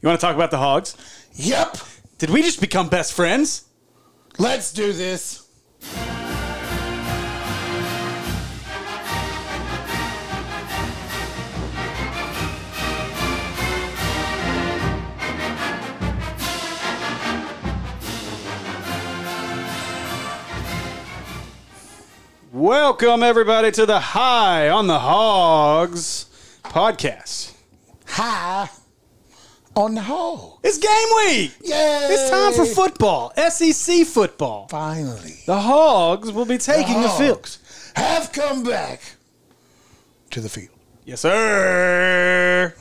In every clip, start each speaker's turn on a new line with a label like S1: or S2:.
S1: You want to talk about the hogs?
S2: Yep.
S1: Did we just become best friends?
S2: Let's do this.
S1: Welcome everybody to the High on the Hogs podcast.
S2: High on the hog.
S1: It's game week.
S2: Yay.
S1: It's time for football. SEC football.
S2: Finally.
S1: The Hogs will be taking the,
S2: Hogs
S1: field.
S2: Have come back to the field.
S1: Yes, sir.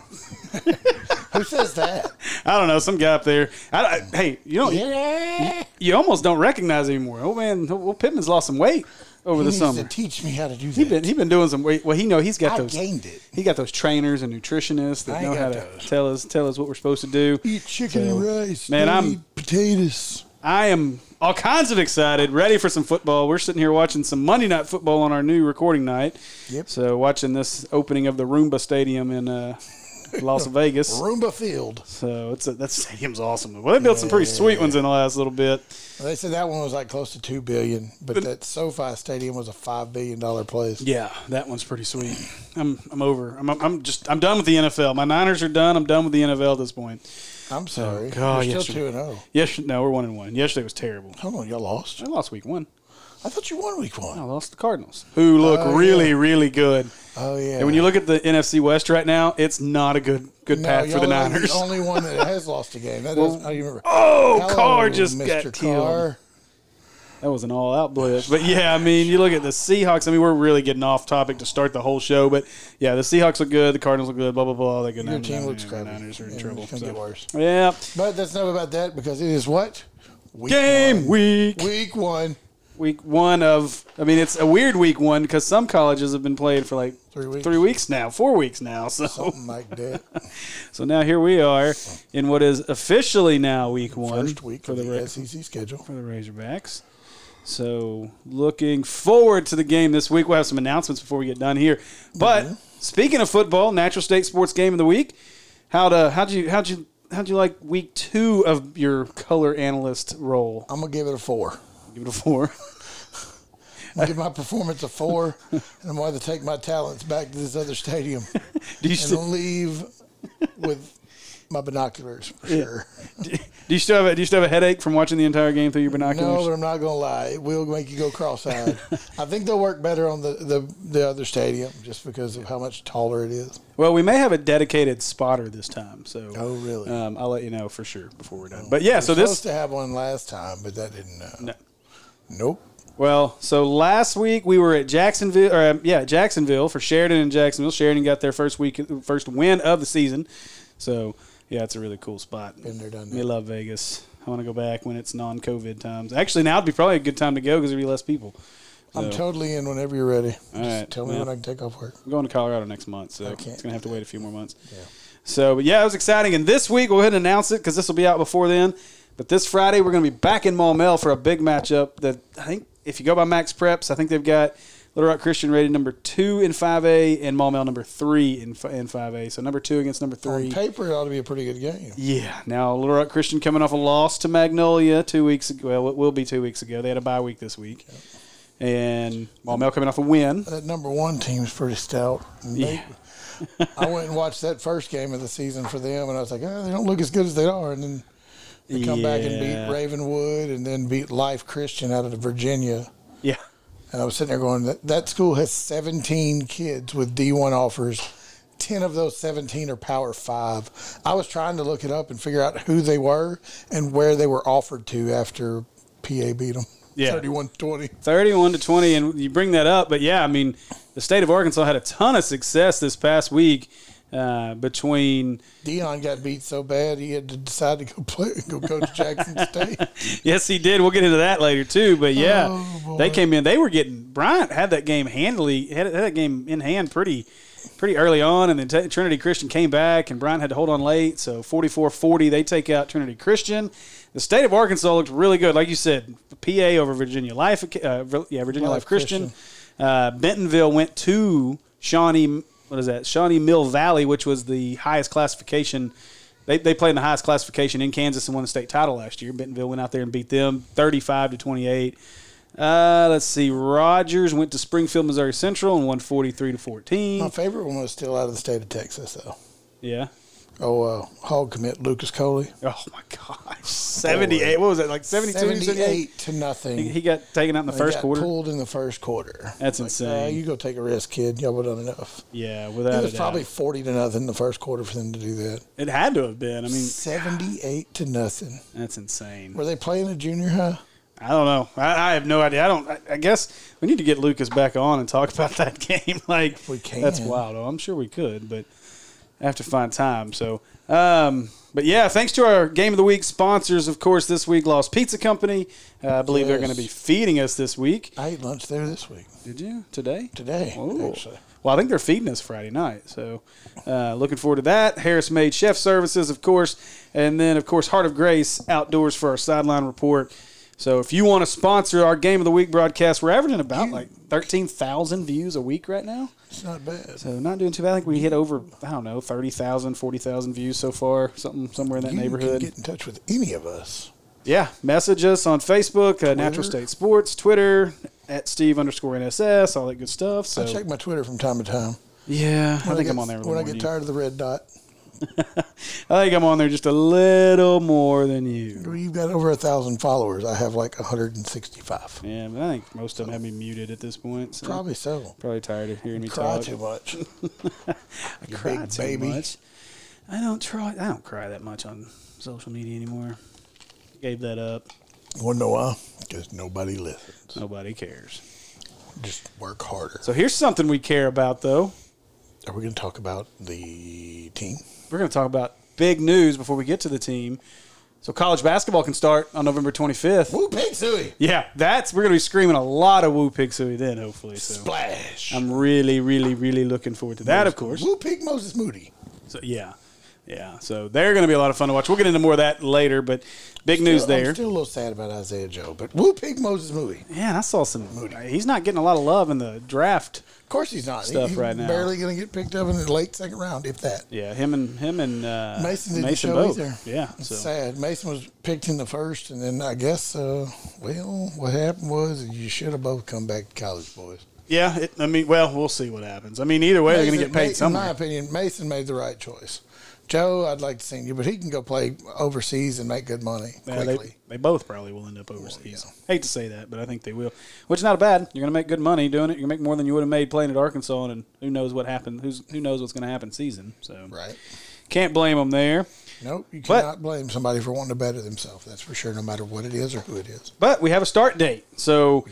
S2: Who says that?
S1: I don't know. Some guy up there. I, I- hey, you don't.
S2: yeah.
S1: You almost don't recognize anymore. Oh man, well Pittman's lost some weight over
S2: He
S1: the
S2: needs
S1: summer.
S2: to teach me how to do that.
S1: He been he been doing some weight. Well, he know he's got
S2: I
S1: those.
S2: gained it.
S1: He got those trainers and nutritionists that
S2: I
S1: know
S2: got
S1: how
S2: those.
S1: to tell us tell us what we're supposed to do.
S2: Eat chicken
S1: So,
S2: and rice.
S1: Man,
S2: don't
S1: I'm
S2: eat potatoes.
S1: I am all kinds of excited, ready for some football. We're sitting here watching some Monday night football on our new recording night.
S2: Yep.
S1: So watching this opening of the Roomba Stadium in uh, Las Vegas.
S2: Roomba Field.
S1: So it's a, that stadium's awesome. Well, they built some pretty sweet ones in the last little bit.
S2: They said that one was like close to two billion, but that SoFi Stadium was a five billion dollar place.
S1: Yeah, that one's pretty sweet. I'm I'm over. I'm I'm just I'm done with the NFL. My Niners are done. I'm done with the NFL at this point.
S2: I'm sorry.
S1: God,
S2: We're
S1: yes,
S2: still two and zero.
S1: Yes, no, we're one and one. Yesterday was terrible.
S2: Hold on, y'all lost.
S1: I lost week one.
S2: I thought you won week
S1: I
S2: one.
S1: lost the Cardinals, who look
S2: Oh,
S1: really really good.
S2: Oh yeah.
S1: And when you look at the NFC West right now, it's not a good good
S2: No,
S1: path for the
S2: y'all are
S1: Niners.
S2: The only one that has lost a game. That doesn't- I don't even remember.
S1: Oh,
S2: Hello,
S1: Carr just
S2: Mr.
S1: got killed.
S2: Carr.
S1: That was an all out blitz. But yeah, I mean, you look at the Seahawks. I mean, we're really getting off topic to start the whole show. But yeah, the Seahawks look good. The Cardinals look good. Blah blah blah. All that good.
S2: Your
S1: Niners-
S2: team looks
S1: Niners-
S2: crappy.
S1: Niners are in
S2: Yeah,
S1: trouble.
S2: It's gonna get
S1: so.
S2: worse.
S1: Yeah,
S2: But that's enough about that because it is what week
S1: game
S2: one.
S1: week.
S2: Week one.
S1: Week one of. I mean, it's a weird week one because some colleges have been playing for like
S2: Three weeks.
S1: now, four weeks now. So
S2: Something like that.
S1: so now here we are in what is officially now week one
S2: First week
S1: for
S2: of
S1: the
S2: the,
S1: Ra-
S2: SEC schedule.
S1: for the Razorbacks. So looking forward to the game this week. We'll have some announcements before we get done here. But
S2: Mm-hmm.
S1: speaking of football, Natural State Sports Game of the Week. How to how'd you how'd you how'd you like week two of your color analyst role?
S2: I'm gonna give it a four.
S1: Give it a four.
S2: I'm gonna give my performance a four, and I'm going to take my talents back to this other stadium
S1: Do you
S2: and
S1: still
S2: leave with my binoculars for sure.
S1: do you still have a, do you still have a headache from watching the entire game through your
S2: No,
S1: binoculars?
S2: but I'm not gonna lie. It will make you go cross-eyed. I think they'll work better on the, the the other stadium just because of how much taller it is.
S1: Well, we may have a dedicated spotter this time, so
S2: Oh, really?
S1: Um, I'll let you know for sure before we're done. But yeah, so
S2: We're
S1: this
S2: supposed to have one last time, but that didn't. Uh,
S1: No.
S2: Nope.
S1: Well, so last week we were at Jacksonville, or um, yeah, Jacksonville for Sheridan and Jacksonville. Sheridan got their first week, first win of the season. So yeah, it's a really cool spot.
S2: Been there, done
S1: We
S2: that.
S1: love Vegas. I want to go back when it's non-COVID times. Actually, now would be probably a good time to go because there'd be less people.
S2: I'm
S1: So-
S2: totally in whenever you're ready. Just
S1: right,
S2: tell me
S1: well.
S2: when I can take off work.
S1: I'm going to Colorado next month, so
S2: can't
S1: it's gonna have to wait a few more months.
S2: Yeah.
S1: So, but yeah, it was exciting. And this week we'll go ahead and announce it because this will be out before then. But this Friday we're gonna be back in Maumelle for a big matchup. That I think if you go by Max Preps, I think they've got Little Rock Christian rated number two in 5A and Maumelle number three in fi- in 5A. So number two against number
S2: On
S1: three.
S2: paper, it ought to be a pretty good game.
S1: Yeah. Now Little Rock Christian coming off a loss to Magnolia two weeks ago. Well, it will be two weeks ago. They had a bye week this week, and Maumelle coming off a win.
S2: That number one team's pretty stout. And they- I went and watched that first game of the season for them, and I was like, oh, they don't look as good as they are. And then they come back and
S1: Yeah.
S2: beat Ravenwood and then beat Life Christian out of Virginia.
S1: Yeah.
S2: And I was sitting there going, that, that school has 17 kids with D1 offers. 10 of those 17 are Power 5. I was trying to look it up and figure out who they were and where they were offered to after PA beat them.
S1: Yeah.
S2: 31 20.
S1: 31 to 20 and you bring that up but yeah i mean the state of arkansas had a ton of success this past week uh, between
S2: Dion got beat so bad he had to decide to go play, go coach Jackson State.
S1: yes he did we'll get into that later too but yeah
S2: Oh, boy.
S1: they came in they were getting bryant had that game handily had, had that game in hand pretty pretty early on and then T- trinity christian came back and bryant had to hold on late so 44-40 they take out trinity christian the state of arkansas looked really good like you said pa over virginia life uh, Vir- yeah virginia life,
S2: Life
S1: christian,
S2: Christian.
S1: Uh, Bentonville went to Shawnee. What is that? Shawnee Mill Valley, which was the highest classification They, they played in the highest classification in Kansas and won the state title last year. Bentonville went out there and beat them 35 to 28. Uh, let's see. Rogers went to Springfield, Missouri Central and won 43 to 14.
S2: My favorite one was still out of the state of Texas, though.
S1: Yeah.
S2: Oh, uh, hog commit Lucas Coley.
S1: Oh my gosh. 78. What was that? Like 72, 78.
S2: 78 to nothing.
S1: He got taken out in the
S2: They
S1: first
S2: Oh, got
S1: quarter.
S2: Pulled in the first quarter.
S1: That's
S2: Uh,
S1: insane.
S2: you go take a risk, kid. Y'all would have done enough.
S1: yeah,
S2: It
S1: without a
S2: was
S1: doubt.
S2: probably forty to nothing the first quarter for them to do that.
S1: It had to have been. I mean,
S2: Seventy-eight to nothing.
S1: that's insane.
S2: Were they playing a junior high?
S1: I don't know. I, I have no idea. I don't. I, I guess we need to get Lucas back on and talk about that game. like
S2: we can.
S1: That's wild. Oh, I'm sure we could, but I have to find time. So, um, but yeah, thanks to our game of the week sponsors, of course. This week, Lost Pizza Company. Uh, I believe they're
S2: Yes. Uh,
S1: going to be feeding us this week.
S2: I ate lunch there this week
S1: Did you today?
S2: today.
S1: Ooh.
S2: Actually,
S1: Well, I think they're feeding us Friday night, so uh, looking forward to that. Harris Made Chef Services, of course, and then of course Heart of Grace Outdoors for our sideline report. So if you want to sponsor our Game of the Week broadcast, we're averaging about like thirteen thousand views a week right now.
S2: it's not bad.
S1: So not doing too bad. I think we hit over I don't know 30,000, 40,000 views so far, something somewhere in that
S2: you
S1: neighborhood.
S2: can get in touch with any of us.
S1: Yeah, message us on Facebook, uh, Natural
S2: Twitter.
S1: State Sports, Twitter at Steve underscore NSS, all that good stuff. So
S2: I check my Twitter from time to time.
S1: yeah, I
S2: When
S1: think
S2: get,
S1: I'm on there. a little
S2: when I
S1: more
S2: get
S1: than you.
S2: tired of the red dot.
S1: I think I'm on there just a little more than you.
S2: Well, You've got over a thousand followers. I have like 165.
S1: Yeah, but I think most of them have me muted at this point. So
S2: Probably so.
S1: probably tired of hearing me
S2: Cry
S1: talk.
S2: too much.
S1: I
S2: you
S1: cry
S2: big
S1: too
S2: baby.
S1: much. I don't try. I don't cry that much on social media anymore. Gave that up.
S2: Wanna know why? Because uh, nobody listens.
S1: Nobody cares.
S2: Just work harder.
S1: So here's something we care about, though.
S2: Are we going to talk about the team?
S1: We're going to talk about big news before we get to the team. So college basketball can start on November 25th.
S2: Woo Pig Suey!
S1: Yeah, that's we're going to be screaming a lot of Woo Pig Suey then, hopefully. So
S2: Splash!
S1: I'm really, really, really looking forward to that. Of course.
S2: Woo Pig Moses Moody.
S1: So yeah, yeah. So they're going to be a lot of fun to watch. We'll get into more of that later, but big news
S2: Still- I'm
S1: there.
S2: still a little sad about Isaiah Joe, but Woo Pig Moses Moody.
S1: Man, I saw some. He's not getting a lot of love in the draft.
S2: Of course he's not. He-
S1: Stuff
S2: he's
S1: right now.
S2: barely going to get picked up in the late second round, if that.
S1: Yeah, him and him and uh,
S2: Mason didn't
S1: Mason
S2: show
S1: both.
S2: either.
S1: Yeah,
S2: It's
S1: so
S2: sad. Mason was picked in the first, and then I guess, uh, well, what happened was you should have both come back to college, boys.
S1: yeah. It, I mean, well, we'll see what happens. I mean, either way, they're going to get
S2: Mason-
S1: paid
S2: Ma- In my
S1: somewhere.
S2: opinion, Mason made the right choice. Joe, I'd like to see you, but he can go play overseas and make good money
S1: Yeah,
S2: quickly.
S1: they, they both probably will end up overseas.
S2: yeah.
S1: Hate to say that, but I think they will. Which is not bad. You're going to make good money doing it. You make more than you would have made playing at Arkansas, and who knows what happened? Who's who knows what's going to happen season? So
S2: Right.
S1: can't blame them there.
S2: Nope. You
S1: But-
S2: cannot blame somebody for wanting to better themselves. That's for sure, no matter what it is or who it is.
S1: But we have a start date. So,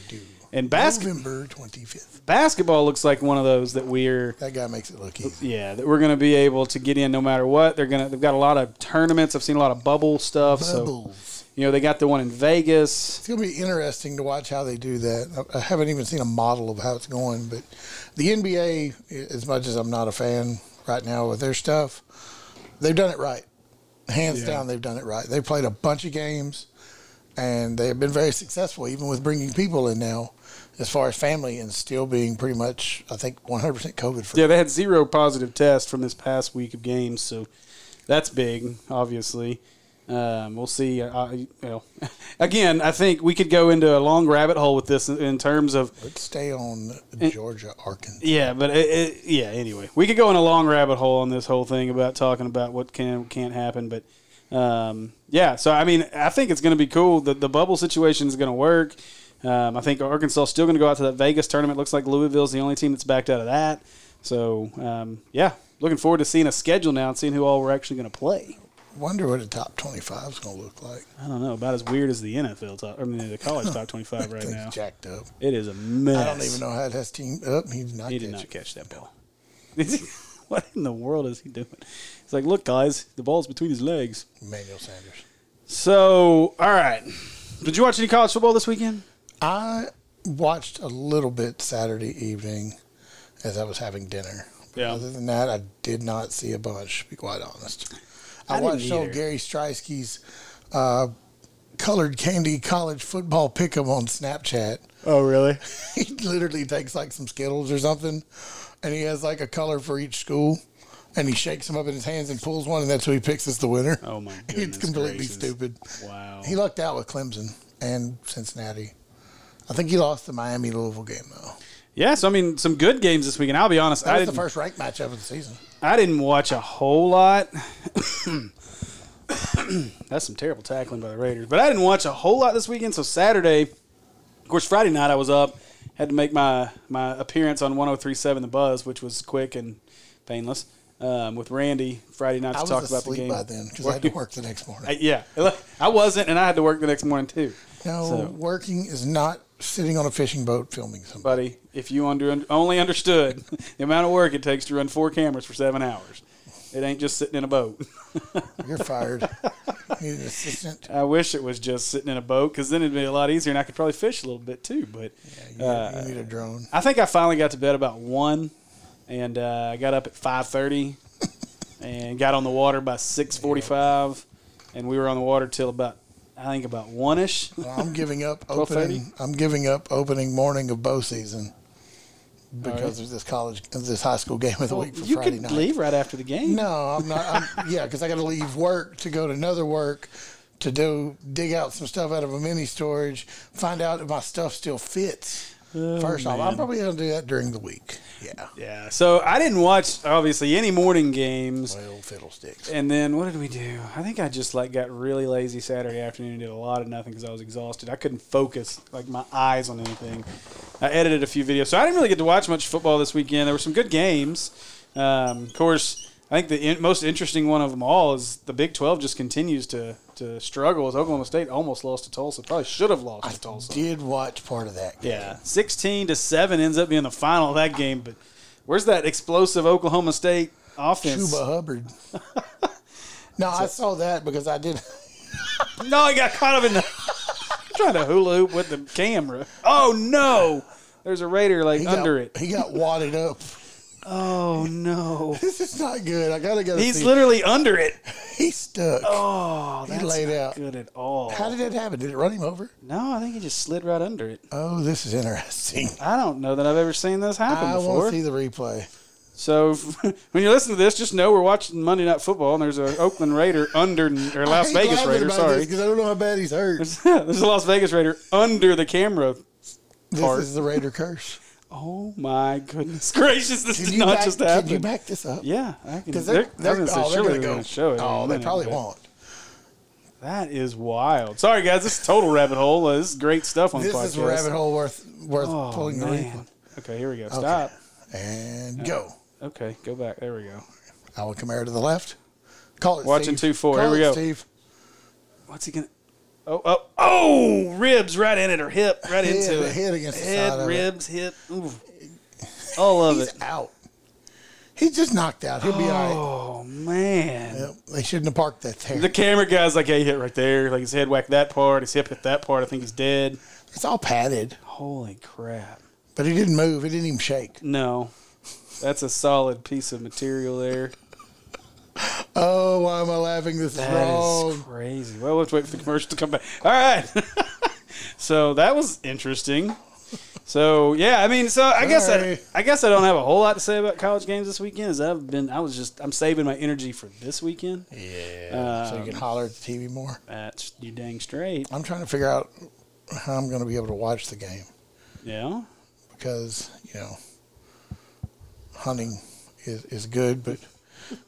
S1: and basket,
S2: November 25th.
S1: basketball looks like one of those that we're
S2: That guy makes it look easy.
S1: yeah that we're going to be able to get in no matter what. They're gonna they've got a lot of tournaments. I've seen a lot of bubble stuff. So
S2: Bubbles.
S1: you know they got the one in Vegas.
S2: It's going to be interesting to watch how they do that. I I haven't even seen a model of how it's going, but the NBA, i- as much as I'm not a fan right now with their stuff, they've done it right. Hands
S1: Yeah.
S2: down, they've done it right. They played a bunch of games, and they have been very successful, even with bringing people in now, as far as family, and still being pretty much, I think, 100% COVID free.
S1: Yeah, they had zero positive tests from this past week of games. So that's big, obviously. Um, we'll see. Uh, I- well, again, I think we could go into a long rabbit hole with this in- in terms of
S2: Let's stay on Georgia, Arkansas.
S1: Yeah, but it, it, yeah. Anyway, we could go in a long rabbit hole on this whole thing about talking about what can can't happen, but um, yeah. So I mean, I think it's going to be cool. The the bubble situation is going to work. Um, I think Arkansas still going to go out to that Vegas tournament. Looks like Louisville's the only team that's backed out of that. So um, yeah, looking forward to seeing a schedule now and seeing who all we're actually going to play.
S2: Wonder what a top 25 is going to look like.
S1: I don't know about as weird as the NFL top. I mean, the college top twenty five right
S2: Things
S1: now.
S2: jacked up.
S1: It is a mess.
S2: I don't even know how it has team up. He did not
S1: He
S2: catch
S1: did not
S2: it.
S1: catch that ball. what in the world is he doing? It's like, look, guys, the ball's between his legs.
S2: Emmanuel Sanders.
S1: So, all right. Did you watch any college football this weekend?
S2: I watched a little bit Saturday evening as I was having dinner. But
S1: Yeah.
S2: Other than that, I did not see a bunch, to be quite honest. I,
S1: I didn't
S2: watched old
S1: either.
S2: Gary Streisky's uh, colored candy college football pick'em on Snapchat.
S1: Oh, really?
S2: he literally takes like some Skittles or something, and he has like a color for each school. and he shakes them up in his hands and pulls one, and that's who he picks as the winner.
S1: Oh my god.
S2: it's completely stupid.
S1: Wow.
S2: He lucked out with Clemson and Cincinnati. I think he lost the Miami Louisville game though.
S1: yeah, so I mean some good games this weekend. I'll be honest.
S2: That
S1: I
S2: was the
S1: didn't
S2: first ranked matchup of the season.
S1: I didn't watch a whole lot. That's some terrible tackling by the Raiders. But I didn't watch a whole lot this weekend. So Saturday, of course, Friday night I was up, had to make my my appearance on 103.7 The Buzz, which was quick and painless. Um, with Randy Friday night to
S2: I was
S1: talk about the
S2: asleep
S1: game.
S2: by then because I had to work the next morning.
S1: I- yeah, I wasn't, and I had to work the next morning too.
S2: no,
S1: so-
S2: working is not sitting on a fishing boat filming something.
S1: buddy, if you under, only understood the amount of work it takes to run four cameras for seven hours, it ain't just sitting in a boat.
S2: You're fired. you need an assistant.
S1: I wish it was just sitting in a boat because then it'd be a lot easier and I could probably fish a little bit too. But
S2: You need,
S1: uh,
S2: you need a drone.
S1: I think I finally got to bed about one, and uh, I got up at five thirty, and got on the water by six forty-five, and we were on the water till about I think about one ish.
S2: Well, I'm giving up
S1: 12:30?
S2: opening. I'm giving up opening morning of bow season because of this college, of this high school game of the week for
S1: you
S2: Friday
S1: could
S2: night.
S1: leave right after the game.
S2: No, I'm not. I'm, yeah, because I got to leave work to go to another work to do dig out some stuff out of a mini storage, find out if my stuff still fits.
S1: Oh,
S2: First off, I'm probably gonna do that during the week. Yeah,
S1: Yeah, so I didn't watch obviously any morning games.
S2: well, fiddlesticks.
S1: And then what did we do? I think I just like got really lazy Saturday afternoon and did a lot of nothing because I was exhausted. I couldn't focus like my eyes on anything. I edited a few videos, so I didn't really get to watch much football this weekend. There were some good games. Um, of course, I think the in- most interesting one of them all is the Big Twelve just continues to to struggle. As Oklahoma State almost lost to Tulsa, probably should have lost to Tulsa.
S2: Did watch part of that.
S1: Yeah, sixteen to seven ends up being the final of that game. But where's that explosive Oklahoma State offense?
S2: Chuba Hubbard. no, I saw that because I did.
S1: No, I got caught up in the trying to hula hoop with the camera. Oh no, there's a raider like
S2: He
S1: under
S2: got,
S1: it.
S2: He got wadded up.
S1: Oh no,
S2: This is not good. I gotta go.
S1: he's
S2: see.
S1: literally under it.
S2: he's stuck.
S1: Oh, that's
S2: laid
S1: not
S2: out.
S1: good at all.
S2: How did that happen? Did it run him over?
S1: no, I think he just slid right under it.
S2: Oh, this is interesting.
S1: I don't know that I've ever seen this happen
S2: I
S1: before.
S2: want to see the replay.
S1: so when you listen to this, just know we're watching Monday Night Football, and there's a Oakland Raider under or Las Vegas Raider. Sorry,
S2: because I don't know how bad he's hurt.
S1: there's a Las Vegas Raider under the camera.
S2: This
S1: Hard.
S2: is the Raider curse.
S1: Oh my goodness gracious! This
S2: Can
S1: did
S2: you,
S1: not
S2: back,
S1: just
S2: can
S1: happen.
S2: you back this up?
S1: Yeah, I can.
S2: because they're,
S1: I
S2: they're,
S1: was gonna say,
S2: oh, they're
S1: surely
S2: gonna
S1: they're
S2: go.
S1: gonna show it.
S2: oh,
S1: in a
S2: they
S1: minute,
S2: probably
S1: but
S2: won't.
S1: That is wild. Sorry, guys. This is total rabbit hole. This is great stuff on
S2: This
S1: the podcast.
S2: is a rabbit hole worth worth
S1: Oh,
S2: pulling the
S1: man.
S2: replay
S1: Okay, here we go. Stop.
S2: and go.
S1: Okay, go back. There we go.
S2: Alvin Kamara to the left. Call it.
S1: Watching
S2: Steve.
S1: 2-4. Here
S2: Call
S1: we
S2: it,
S1: go.
S2: Steve.
S1: What's he gonna? Oh, oh, oh! Ribs right in it, or hip right
S2: Head-
S1: into it.
S2: head against the
S1: Head,
S2: side of it.
S1: ribs, hip. Ooh. All of
S2: He's
S1: it.
S2: out. He's just knocked out. He'll be all right.
S1: Oh man.
S2: Yep, They shouldn't have parked that there.
S1: The camera guy's like, "Hey, he hit right there. Like his head whacked that part. His hip hit that part. I think he's dead."
S2: It's all padded,
S1: Holy crap!
S2: but he didn't move. He didn't even shake.
S1: No, that's a solid piece of material there.
S2: Oh, why am I laughing? This is
S1: That
S2: wrong.
S1: is crazy. Well, let's wait for the commercial to come back. All right. so that was interesting. So yeah, I mean, so I guess I,
S2: Sorry.
S1: I guess I don't have a whole lot to say about college games this weekend. Is I've been I was just I'm saving my energy for this weekend.
S2: Yeah. so
S1: Uh,
S2: you can holler at the TV more.
S1: That's you dang straight.
S2: I'm trying to figure out how I'm going to be able to watch the game
S1: Yeah.
S2: because you know hunting is, is good, but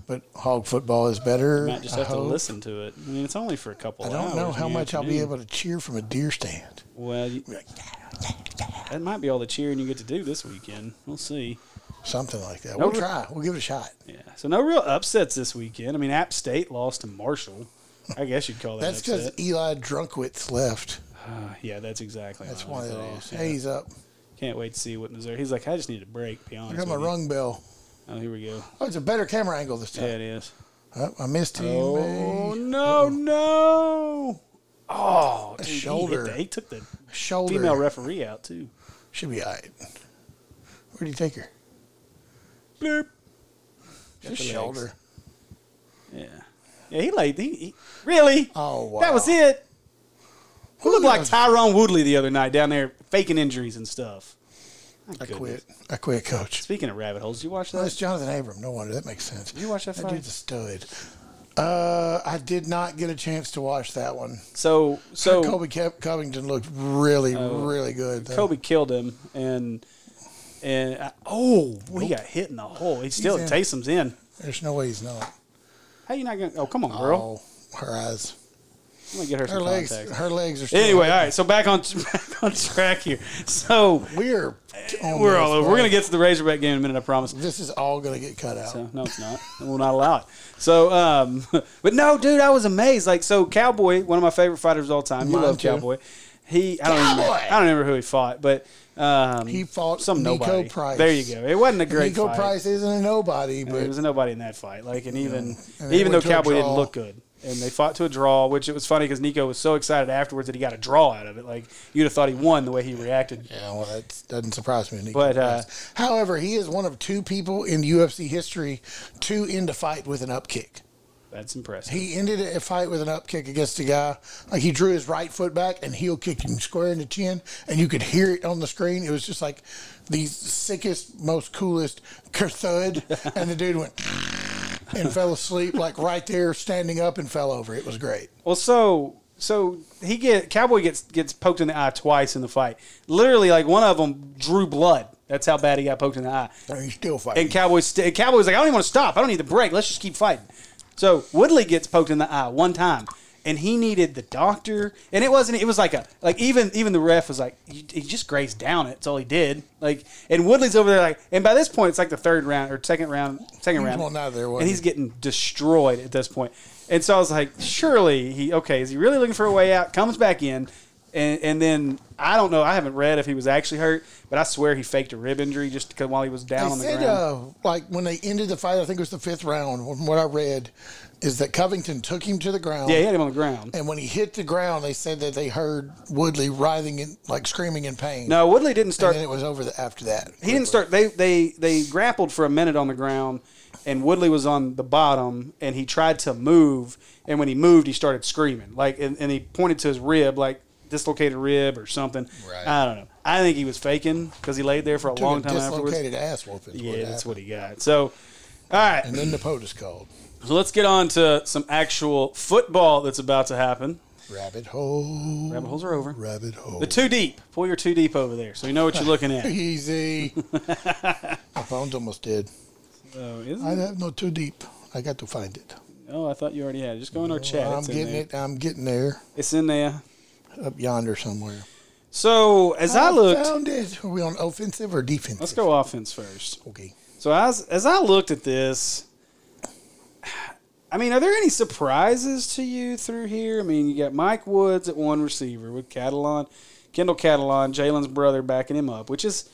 S2: but hog football is better.
S1: Might just
S2: I
S1: have to
S2: hope.
S1: listen to it. I mean, it's only for a couple.
S2: I don't know how much I'll be able to cheer from a deer stand.
S1: Well, you, that might be all the cheering you get to do this weekend. We'll see.
S2: Something like that.
S1: No,
S2: We'll
S1: but-
S2: try. We'll give it a shot.
S1: Yeah. So no real upsets this weekend. I mean, App State lost to Marshall. I guess you'd call that
S2: That's
S1: upset.
S2: because Eli Drunkwitz left.
S1: Uh, yeah, Oh, that's exactly.
S2: That's
S1: how
S2: why
S1: it
S2: that
S1: is,
S2: is.
S1: yeah.
S2: Hey, he's up.
S1: Can't wait to see what Missouri. He's like, I just need a break. to Be
S2: I
S1: honest.
S2: got my
S1: with you."
S2: rung bell.
S1: Oh, here we go.
S2: Oh, it's a better camera angle this
S1: Yeah,
S2: time.
S1: it is.
S2: Oh, I missed him.
S1: Oh no, no. Oh, dude, he hit
S2: shoulder.
S1: the- He, took the
S2: Shoulder.
S1: female referee out too.
S2: Should be all right. Where'd he take her?
S1: Bloop.
S2: Just
S1: the legs.
S2: shoulder.
S1: Yeah. Yeah, he laid. He, he- really.
S2: Oh, wow.
S1: That was it. Who looked like
S2: knows?
S1: Tyrone Woodley the other night down there faking injuries and stuff?
S2: I quit. I quit, coach.
S1: Speaking of rabbit holes, did you watch
S2: Well, it's
S1: that?
S2: Jonathan Abram. No wonder that makes sense.
S1: you watch that
S2: That
S1: fight?
S2: dude's a stud. Uh, I did not get a chance to watch that one.
S1: So so
S2: Kobe Covington Covington looked really,
S1: Oh.
S2: really good. though.
S1: Kobe killed him, and and I, oh, we got hit in the hole. He's still
S2: in.
S1: Taysom's in.
S2: There's no way he's not.
S1: How you not gonna? Oh, come on, girl.
S2: Oh, her eyes,
S1: Let me get her
S2: Oh, her
S1: some
S2: legs,
S1: context.
S2: her legs are. Still
S1: Anyway, all right. So back on back on track here. So
S2: we're
S1: we're
S2: on this,
S1: all over.
S2: boy.
S1: We're gonna get to the Razorback game in a minute. I promise.
S2: This is all gonna get cut out.
S1: So, no, it's not. We'll not allow it. So, um, but no, dude, I was amazed. Like, so Cowboy, one of my favorite fighters of all time. You
S2: Mine
S1: love
S2: too.
S1: Cowboy. He, I don't, Remember,
S2: Cowboy!
S1: I don't remember who he fought, but um,
S2: He fought
S1: some
S2: Nico
S1: nobody.
S2: Price.
S1: There you go. It wasn't a great
S2: Nico
S1: fight.
S2: Price isn't a nobody,
S1: I mean,
S2: but
S1: there was nobody in that fight. Like, and even
S2: And they
S1: even though
S2: went to a
S1: Cowboy didn't
S2: draw.
S1: look good, and they fought to a draw, which it was funny because Nico was so excited afterwards that he got a draw out of it. Like, you'd have thought he won the way he reacted.
S2: yeah, well, that doesn't surprise me. Nico
S1: But, uh,
S2: Price. however, he is one of two people in UFC history to end a fight with an up kick.
S1: That's impressive.
S2: He ended a fight with an up kick against a guy. Like he drew his right foot back and heel kicked him square in the chin, and you could hear it on the screen. It was just like the sickest, most coolest kerthud, and the dude went and fell asleep like right there, standing up and fell over. It was great.
S1: Well, so so he get Cowboy gets gets poked in the eye twice in the fight. Literally, like one of them drew blood. That's how bad he got poked in the eye.
S2: So he's still fighting.
S1: And Cowboy st- Cowboy's like, I don't even want to stop. I don't need the break. Let's just keep fighting. So Woodley gets poked in the eye one time, and he needed the doctor. And it wasn't. It was like a like even even the ref was like, he, he just grazed down it. That's all he did. Like, and Woodley's over there like. And by this point, it's like the third round or second round, second
S2: He was
S1: round.
S2: on out of there, wasn't
S1: and
S2: he?
S1: he's getting destroyed at this point. And so I was like, surely he okay, is he really looking for a way out? Comes back in. And, and then I don't know. I haven't read if he was actually hurt, but I swear he faked a rib injury just because while he was down
S2: They
S1: on the
S2: said,
S1: ground.
S2: Uh, like when they ended the fight, I think it was the fifth round. From what I read, is that Covington took him to the ground.
S1: Yeah, he had him on the ground.
S2: And when he hit the ground, they said that they heard Woodley writhing and like screaming in pain.
S1: No, Woodley didn't start.
S2: and then it was over the, after that.
S1: He didn't start. They they they grappled for a minute on the ground, and Woodley was on the bottom, and he tried to move, and when he moved, he started screaming like, and, and he pointed to his rib, like dislocated rib or something.
S2: Right.
S1: I don't know. I think he was faking because he laid there for a
S2: Took
S1: long
S2: a
S1: time afterwards.
S2: dislocated ass whooping. is
S1: Yeah,
S2: what
S1: that's
S2: happened.
S1: what he got. So, all right.
S2: And then the POTUS called
S1: So let's get on to some actual football that's about to happen.
S2: rabbit hole.
S1: Rabbit holes are over.
S2: Rabbit hole.
S1: The two deep. Pull your two deep over there, so you know what you're looking at.
S2: Easy. My phone's almost dead.
S1: So, is
S2: I
S1: it?
S2: have no too deep. I got to find it.
S1: Oh, I thought you already had it. Just go in our chat.
S2: I'm
S1: it's in
S2: getting
S1: there.
S2: it. I'm getting there.
S1: It's in there.
S2: Up yonder somewhere.
S1: So as I, looked,
S2: found it. Are we on offensive or defensive?
S1: let's go offense first.
S2: Okay.
S1: So as as I looked at this, I mean, are there any surprises to you through here? I mean, you got Mike Woods at one receiver with Catalan, Kendall Catalan, Jalen's brother backing him up, which is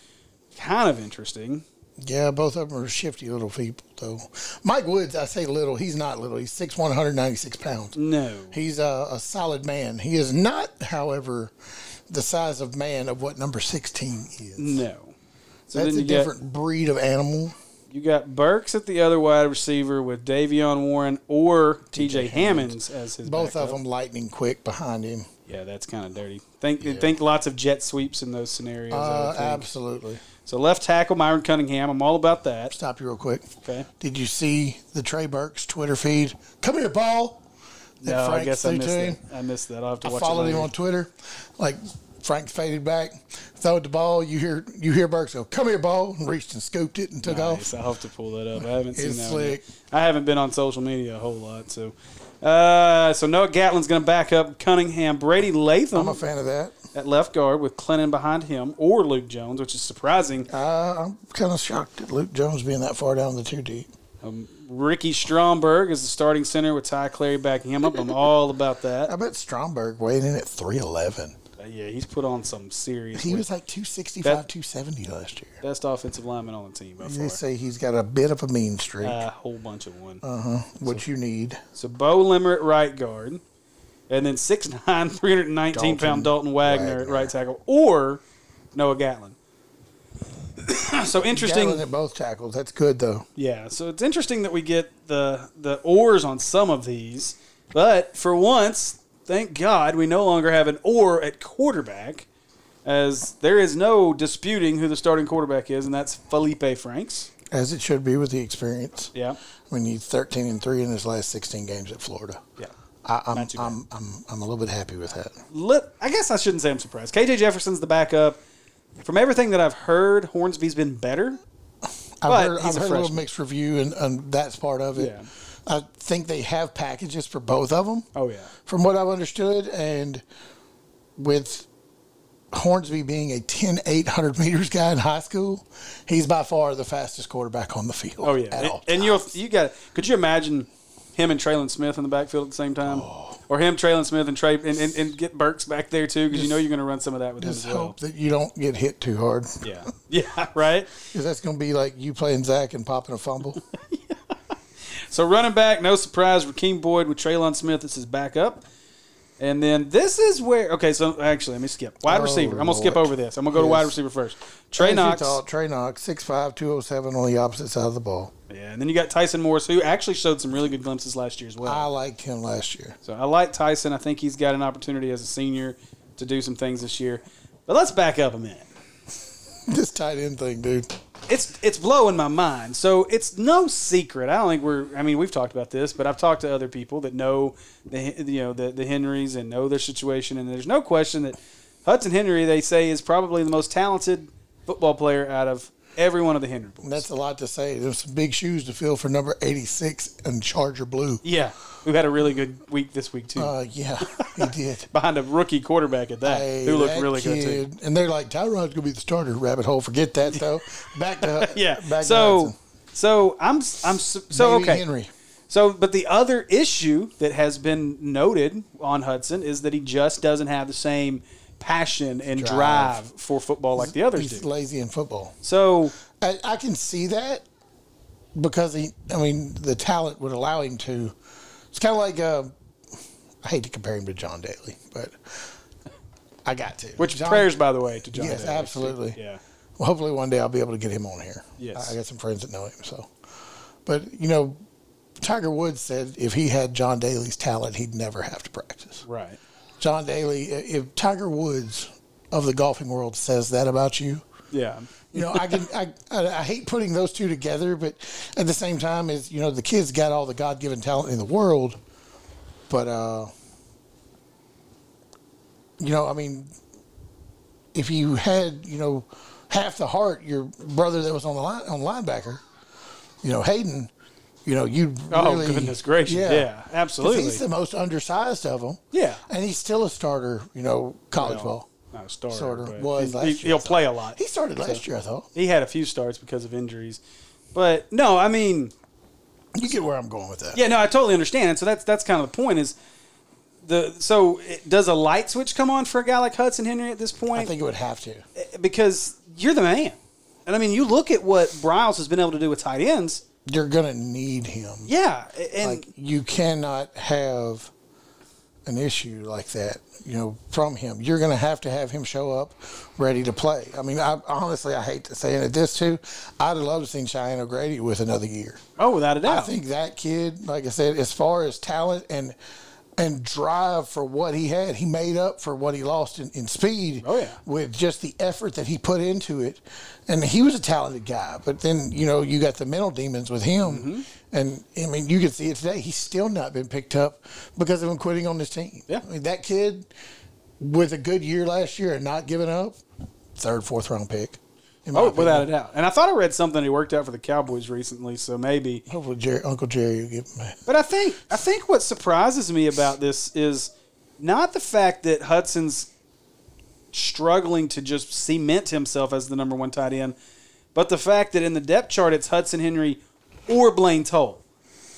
S1: kind of interesting.
S2: Yeah, both of them are shifty little people, though. Mike Woods, I say little. He's not little. He's 6'1", 196 pounds.
S1: No,
S2: He's a, a solid man. He is not, however, the size of man of what number 16 is.
S1: no. So
S2: That's
S1: then
S2: a
S1: you got-
S2: different breed of animal.
S1: You got Burks at the other wide receiver with Davion Warren or T.J. Hammonds as his
S2: Both
S1: backup.
S2: of them lightning quick behind him.
S1: Yeah, that's kind of dirty. Think think lots of jet sweeps in those scenarios. I
S2: Uh,
S1: would think.
S2: absolutely.
S1: so left tackle Myron Cunningham. I'm all about that.
S2: Stop you real quick.
S1: Okay.
S2: Did you see the Trey Burks Twitter feed? Come here, Paul. That
S1: No, I
S2: Frank
S1: guess I
S2: threw
S1: missed
S2: to
S1: that.
S2: him.
S1: I missed that. I'll have to
S2: I
S1: watch
S2: followed
S1: it
S2: him
S1: later.
S2: on Twitter. Like Frank faded back, throwed the ball. You hear you hear Burks go, "Come here, ball," and reached and scooped it and took
S1: Nice.
S2: off.
S1: I'll have to pull that up. I haven't seen
S2: It's
S1: that.
S2: slick.
S1: One. I haven't been on social media a whole lot. So, uh, so Noah Gatlin's going to back up Cunningham. Brady Latham
S2: I'm a fan of that.
S1: at left guard with Clinton behind him or Luke Jones, which is surprising.
S2: Uh, I'm kind of shocked at Luke Jones being that far down the two deep.
S1: Um, Ricky Stromberg is the starting center with Ty Clary backing him up. I'm all about that.
S2: I bet Stromberg weighing in at 311.
S1: Uh, yeah, he's put on some serious.
S2: He
S1: weight.
S2: was like 265,
S1: That-
S2: 270 last year.
S1: best offensive lineman on the team by
S2: They
S1: far.
S2: say he's got a bit of a mean streak,
S1: A whole bunch of one.
S2: Uh, which you need.
S1: So Bo Limmer at right guard, and then 6'9", 319 pound
S2: Dalton
S1: Dalton Wagner, at
S2: Wagner.
S1: right tackle, or Noah Gatlin. so interesting.
S2: Gatlin at both tackles. That's good, though.
S1: Yeah, so it's interesting that we get the the oars on some of these, but for once, thank God we no longer have an oar at quarterback. as there is no disputing who the starting quarterback is, and that's Felipe Franks.
S2: as it should be with the experience.
S1: Yeah.
S2: When you 13 and three in his last 16 games at Florida,
S1: Yeah.
S2: I, I'm,
S1: too bad.
S2: I'm I'm I'm a little bit happy with that.
S1: Let, I guess I shouldn't say I'm surprised. KJ Jefferson's the backup. From everything that I've heard, Hornsby's been better. But
S2: I've heard,
S1: he's
S2: I've
S1: a
S2: heard a little
S1: freshman.
S2: mixed review, and, and that's part of it.
S1: Yeah.
S2: I think they have packages for both of them.
S1: Oh, yeah.
S2: From what I've understood, and with Hornsby being a 10 800 meters guy in high school, he's by far the fastest quarterback on the field.
S1: Oh yeah,
S2: At
S1: and,
S2: all
S1: and you'll you got. Could you imagine him and Traylon Smith in the backfield at the same time,
S2: Oh.
S1: or him Traylon Smith and Trey and, and, and get Burks back there too? Because you know you're going to run some of that with him
S2: Just
S1: as well.
S2: hope that you don't get hit too hard.
S1: Yeah, yeah, right.
S2: Because that's going to be like you playing Zach and popping a fumble.
S1: So running back, no surprise, Raheem Boyd with Traylon Smith as his backup. And then this is where okay, so actually let me skip wide
S2: Oh,
S1: receiver. I'm gonna skip
S2: Lord.
S1: over this. I'm gonna go to wide
S2: Yes.
S1: receiver first. Trey
S2: As you
S1: Knox,
S2: thought, Trey Knox, 6'5, 207 on the opposite side of the ball.
S1: yeah, and then you got Tyson Morris, who actually showed some really good glimpses last year as well.
S2: I liked him last year.
S1: So I like Tyson. I think he's got an opportunity as a senior to do some things this year. But let's back up a minute.
S2: this tight end thing, dude.
S1: It's it's blowing my mind. So it's no secret. I don't think we're. I mean, we've talked about this, but I've talked to other people that know the you know the the Henrys and know their situation. And there's no question that Hudson Henry, they say, is probably the most talented football player out of every one of the Henry boys.
S2: That's a lot to say. There's some big shoes to fill for number 86 and Charger Blue.
S1: yeah, who had a really good week this week too,
S2: Uh, yeah, he did.
S1: behind a rookie quarterback at that,
S2: Hey,
S1: who looked
S2: that
S1: really good too.
S2: kid- And they're like, Tyrod's going to be the starter. Rabbit hole. Forget that, though. Back to
S1: yeah.
S2: Back to
S1: so,
S2: Hudson.
S1: so I'm s- I'm s- so
S2: Maybe
S1: okay.
S2: Henry.
S1: So, but the other issue that has been noted on Hudson is that he just doesn't have the same passion and drive,
S2: Drive.
S1: for football like the others
S2: He's
S1: do.
S2: lazy in football.
S1: So,
S2: I, I can see that because he, I mean, the talent would allow him to. It's kind of like, uh, I hate to compare him to John Daly, but I got to.
S1: which
S2: John-
S1: prayers, by the way, to John.
S2: Yes,
S1: Daly.
S2: absolutely.
S1: Yeah.
S2: Well, hopefully one day I'll be able to get him on here.
S1: Yes.
S2: I, I got some friends that know him, so. But you know, Tiger Woods said if he had John Daly's talent, he'd never have to practice.
S1: Right.
S2: John Daly, i- if Tiger Woods of the golfing world says that about you,
S1: Yeah.
S2: you know, I can I, I I hate putting those two together, but at the same time, is you know the kid's got all the God given talent in the world, but uh, you know, I mean, if you had you know half the heart your brother that was on the line on linebacker, you know Hayden, you know you
S1: Oh
S2: really,
S1: goodness gracious! Yeah,
S2: 'Cause
S1: absolutely.
S2: he's the most undersized of them,
S1: Yeah.
S2: and he's still a starter, you know, college ball.
S1: Not a starter,
S2: Sort of
S1: but
S2: was
S1: he-
S2: last
S1: he,
S2: year,
S1: will
S2: so.
S1: play a lot.
S2: He started last year, I thought.
S1: He had a few starts because of injuries, but no, I mean.
S2: You get where I'm going with that.
S1: Yeah, no, I totally understand. And so that's that's kind of the point is the so it, does a light switch come on for a guy like Hudson Henry at this
S2: I
S1: point?
S2: think it would have to.
S1: because you're the man. And I mean, you look at what Bryles has been able to do with tight ends.
S2: You're gonna need him.
S1: Yeah, and
S2: Like you cannot have an issue like that, you know, from him. You're gonna have to have him show up ready to play. I mean, I honestly I hate to say it this too. I'd have loved to see Cheyenne O'Grady with another year.
S1: oh, without a doubt,
S2: I think that kid, like I said, as far as talent and and drive for what he had, he made up for what he lost in, in speed.
S1: Oh, yeah.
S2: with just the effort that he put into it, and he was a talented guy. But then you know you got the mental demons with him,
S1: Mm-hmm.
S2: and I mean you can see it today. He's still not been picked up because of him quitting on this team.
S1: Yeah.
S2: I mean that kid with a good year last year and not giving up, third fourth round pick. in my
S1: oh,
S2: opinion.
S1: without a doubt. And I thought I read something that worked out for the Cowboys recently, so maybe.
S2: Hopefully, Jerry, Uncle Jerry will give him. a-
S1: But I think I think what surprises me about this is not the fact that Hudson's struggling to just cement himself as the number one tight end, but the fact that in the depth chart it's Hudson Henry or Blaine Toll.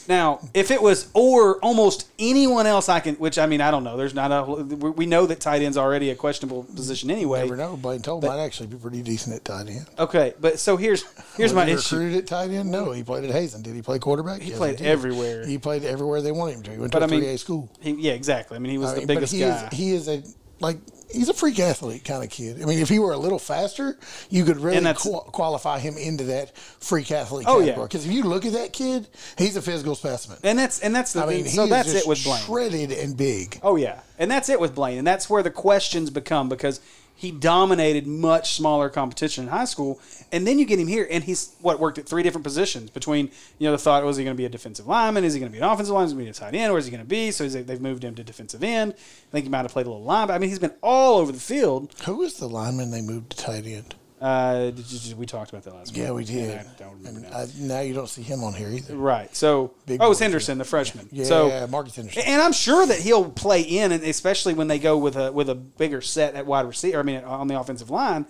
S1: Now, if it was or almost anyone else, I can. Which I mean, I don't know. There's not a. We we know that tight end's already a questionable position anyway.
S2: Never know. Blaine Toll might actually be pretty decent at tight end.
S1: Okay, but so here's here's
S2: Was
S1: my
S2: he
S1: issue.
S2: Recruited at tight end? No, he played at Hazen. Did he play quarterback? Yes, He
S1: played
S2: did.
S1: everywhere.
S2: He played everywhere they wanted him to. He went
S1: But I
S2: to a three
S1: mean,
S2: A school.
S1: He, yeah, exactly. I mean, he was
S2: I
S1: the
S2: mean,
S1: biggest
S2: he
S1: guy.
S2: Is, he is a like he's a freak athlete kind of kid. I mean, if he were a little faster, you could
S1: And
S2: really
S1: that's-
S2: qual- qualify him into that freak athlete
S1: Oh, yeah.
S2: category. Because if you look at that kid, he's a physical specimen.
S1: and that's and that's the
S2: I mean,
S1: so
S2: he
S1: that's
S2: is just
S1: it with Blaine.
S2: shredded and big.
S1: Oh yeah, and that's it with Blaine, and that's where the questions become because he dominated much smaller competition in high school, and then you get him here, and he's what worked at three different positions. Between you know, the thought was he going to be a defensive lineman? Is he going to be an offensive lineman? Is he going to be a tight end? Where is he going to be? So he's, they've moved him to defensive end. I think he might have played a little linebacker. I mean, he's been all over the field.
S2: Who was the lineman they moved to tight end?
S1: Uh, did you- we talked about that last week.
S2: Yeah, we did.
S1: I don't remember
S2: And
S1: now.
S2: I, now you don't see him on here either.
S1: Right. So
S2: Big
S1: oh, it's
S2: boy,
S1: Henderson, the freshman.
S2: Yeah,
S1: So
S2: Marcus Henderson.
S1: and I'm sure that he'll play in, and especially when they go with a with a bigger set at wide receiver. I mean, uh, on the offensive line.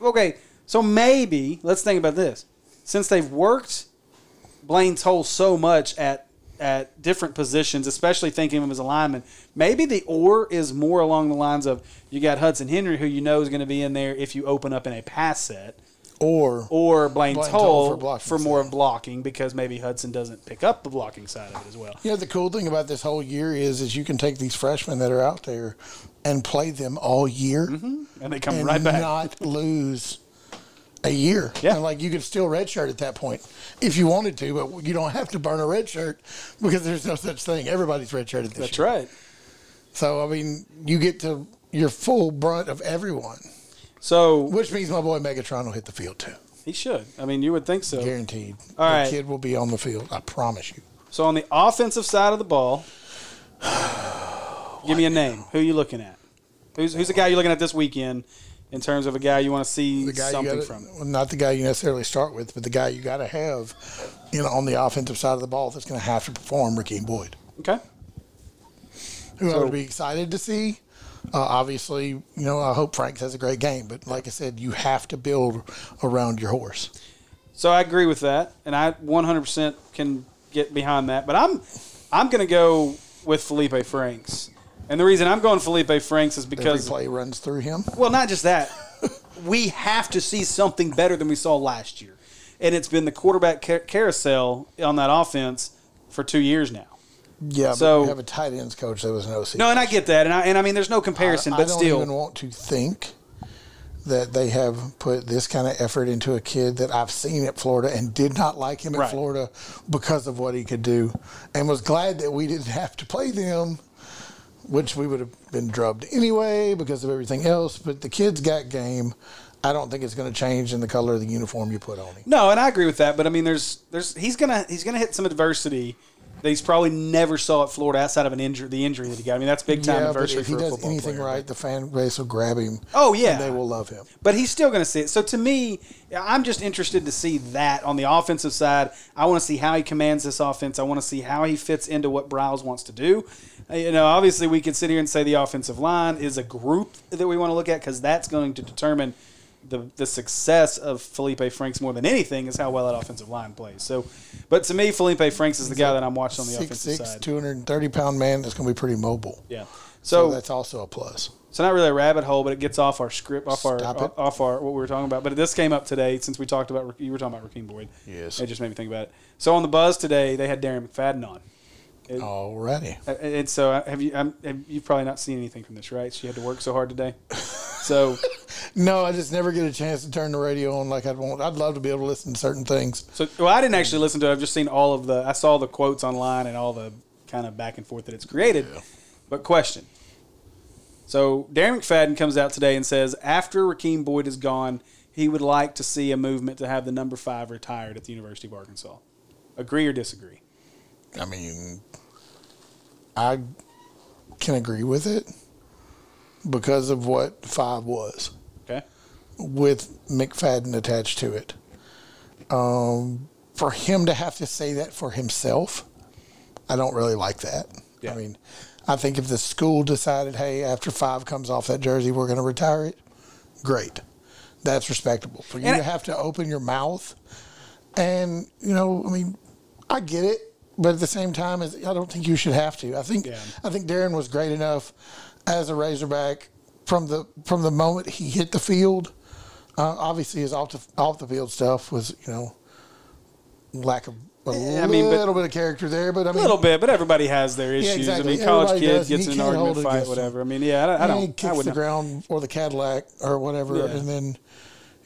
S1: Okay, so maybe let's think about this. Since they've worked Blaine's hole so much at at different positions, especially thinking of him as a lineman, maybe the or is more along the lines of you got Hudson Henry, who you know is going to be in there if you open up in a pass set
S2: Or
S1: or Blaine's
S2: Blaine
S1: Toll for,
S2: Toll for blocking
S1: more
S2: side.
S1: blocking because maybe Hudson doesn't pick up the blocking side of it as well.
S2: you know the cool thing about this whole year is is you can take these freshmen that are out there and play them all year
S1: And they come Mm-hmm.
S2: and
S1: right back.
S2: not lose a year.
S1: Yeah.
S2: And like you could still redshirt at that point if you wanted to, but you don't have to burn a red shirt because there's no such thing. Everybody's redshirted this
S1: That's
S2: year.
S1: right.
S2: So I mean, you get to your full brunt of everyone,
S1: So
S2: which means my boy Megatron will hit the field too.
S1: he should. I mean, you would think so.
S2: Guaranteed.
S1: All
S2: the
S1: right.
S2: kid will be on the field. I promise you.
S1: So on the offensive side of the ball, give me a name. Who you looking at? Who's who's the guy you're looking at this weekend in terms of a guy you want to see
S2: The guy
S1: something
S2: you gotta,
S1: from?
S2: well, not the guy you necessarily start with, but the guy you got to have, you know, on the offensive side of the ball that's going to have to perform. Ricky and Boyd,
S1: Okay.
S2: who I
S1: So-
S2: would be excited to see. Uh, obviously, you know, I hope Franks has a great game, but like I said, you have to build around your horse.
S1: So I agree with that, and I 100% can get behind that. But I'm I'm going to go with Felipe Franks, and the reason I'm going Felipe Franks is
S2: Every
S1: because
S2: play runs through him.
S1: Well, not just that. we have to see something better than we saw last year. And it's been the quarterback ca- carousel on that offense for two years now.
S2: Yeah,
S1: So-
S2: but we have a tight ends coach that was an OC.
S1: No, and I get that. And I, and I mean, there's no comparison,
S2: I
S1: but
S2: don't
S1: still.
S2: even want to think that they have put this kind of effort into a kid that I've seen at Florida and did not like him at
S1: Right.
S2: Florida because of what he could do, and was glad that we didn't have to play them, which we would have been drubbed anyway because of everything else. But the kid's got game. I don't think it's going to change in the color of the uniform you put on him.
S1: No, and I agree with that. But I mean, there's there's he's gonna he's gonna hit some adversity that he's probably never saw at Florida outside of an injury the injury that he got. I mean, that's big time
S2: Yeah, but
S1: adversity
S2: if he
S1: for a
S2: does
S1: football
S2: anything
S1: player.
S2: right, the fan base will grab him.
S1: Oh, yeah.
S2: and they will love him.
S1: but he's still going to see it. So to me, I'm just interested to see that on the offensive side. I want to see how he commands this offense. I want to see how he fits into what Browse wants to do. Uh, You know, obviously we could sit here and say the offensive line is a group that we want to look at because that's going to determine the the success of Felipe Franks more than anything is how well that offensive line plays. So, but to me, Felipe Franks is the guy that I'm watching on the
S2: Six
S1: offensive
S2: six,
S1: side.
S2: two hundred and thirty pound man that's going to be pretty mobile.
S1: Yeah.
S2: So,
S1: So,
S2: that's also a plus.
S1: so not really a rabbit hole, but it gets off our script, off our
S2: Stop it.
S1: off our what we were talking about. But this came up today since we talked about you were talking about Raheem Boyd.
S2: Yes.
S1: it just made me think about it. So on the buzz today, they had Darren McFadden on,
S2: Alrighty.
S1: Uh, and so uh, have you? I'm, have you probably not seen anything from this, right? She had to work so hard today. So
S2: No, I just never get a chance to turn the radio on like I'd want. I'd love to be able to listen to certain things.
S1: so well, I didn't actually listen to. it. I've just seen all of the. I saw the quotes online and all the kind of back and forth that it's created. But question. So Darren McFadden comes out today and says, after Raheem Boyd is gone, he would like to see a movement to have the number five retired at the University of Arkansas. Agree or disagree?
S2: I mean, I can agree with it because of what five was
S1: Okay.
S2: with McFadden attached to it. Um, for him to have to say that for himself, I don't really like that.
S1: Yeah.
S2: I mean, I think if the school decided, hey, after five comes off that jersey, we're going to retire it, great. That's respectable. For you
S1: And I-
S2: to have to open your mouth and, you know, I mean, I get it, but at the same time, it's- I don't think you should have to. I think
S1: Yeah.
S2: I think Darren was great enough as a Razorback from the from the moment he hit the field. Uh, obviously, his off the off the field stuff was you know lack of a
S1: Yeah, I
S2: little
S1: mean, but-
S2: bit of character there, but I
S1: A
S2: mean,
S1: little bit, but everybody has their issues.
S2: exactly.
S1: I mean, college
S2: Everybody
S1: kid
S2: does, and
S1: gets
S2: you
S1: in an
S2: can't hold
S1: argument,
S2: it
S1: fight,
S2: against
S1: whatever. I mean, yeah, I don't. I
S2: he
S1: don't I
S2: kicks
S1: would
S2: the
S1: not.
S2: ground or the Cadillac or whatever,
S1: Yeah.
S2: and then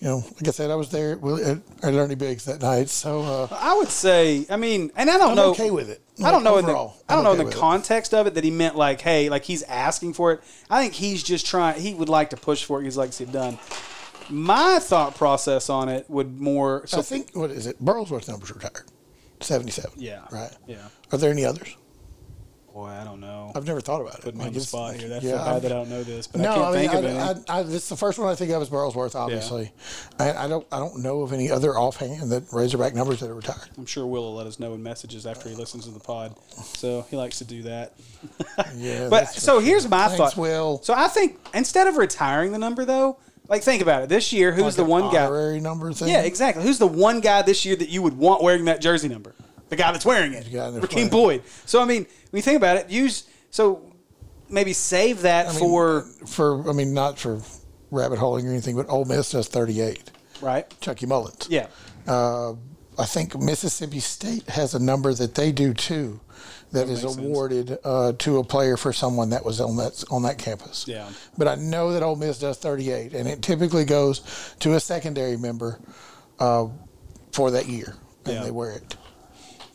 S2: you know, like I said, I was there at, Will- at, at Ernie Biggs that night, so uh,
S1: I would say. I mean, and I don't
S2: I'm
S1: know.
S2: okay with it.
S1: I don't know.
S2: overall,
S1: in the, I don't
S2: I'm
S1: know
S2: okay
S1: in the
S2: with it.
S1: context of it that he meant like, hey, like he's asking for it. I think he's just trying. He would like to push for it. He's like, see it done. My thought process on it would more. So
S2: I think what is it? Burlsworth numbers retired, seventy-seven.
S1: Yeah.
S2: right.
S1: Yeah.
S2: Are there any others?
S1: Boy, I don't know.
S2: I've never thought about it.
S1: Put me on
S2: Like,
S1: the
S2: it's-
S1: spot here. That's
S2: yeah,
S1: so bad
S2: I've-
S1: that I don't know this, but I
S2: no,
S1: can't
S2: I,
S1: think of
S2: mean,
S1: it.
S2: I, I, I, this is the first one I think of is Burlsworth, obviously. I, I don't, I don't know of any other offhand that Razorback numbers that are retired.
S1: I'm sure Will will let us know in messages after he listens to the pod. So he likes to do that.
S2: Yeah,
S1: But
S2: that's for
S1: so
S2: sure.
S1: here's my
S2: Thanks,
S1: thought.
S2: Will.
S1: So I think instead of retiring the number though, like think about it. This year, who's
S2: Like
S1: the
S2: an
S1: one guy?
S2: honorary number thing?
S1: Yeah, exactly. Who's the one guy this year that you would want wearing that jersey number? The guy that's wearing it,
S2: guy that's
S1: Raheem
S2: wearing
S1: Boyd.
S2: it.
S1: So I mean, when you think about it, use so maybe save that
S2: mean-
S1: for
S2: for I mean, not for rabbit holing or anything, but Ole Miss does thirty-eight.
S1: right.
S2: Chucky Mullins.
S1: Yeah,
S2: Uh, I think Mississippi State has a number that they do too, that is
S1: makes sense.
S2: awarded uh, to a player for someone that was on that on that campus.
S1: Yeah.
S2: But I know that Ole Miss does 38, and it typically goes to a secondary member uh, for that year, and
S1: Yeah.
S2: they wear it.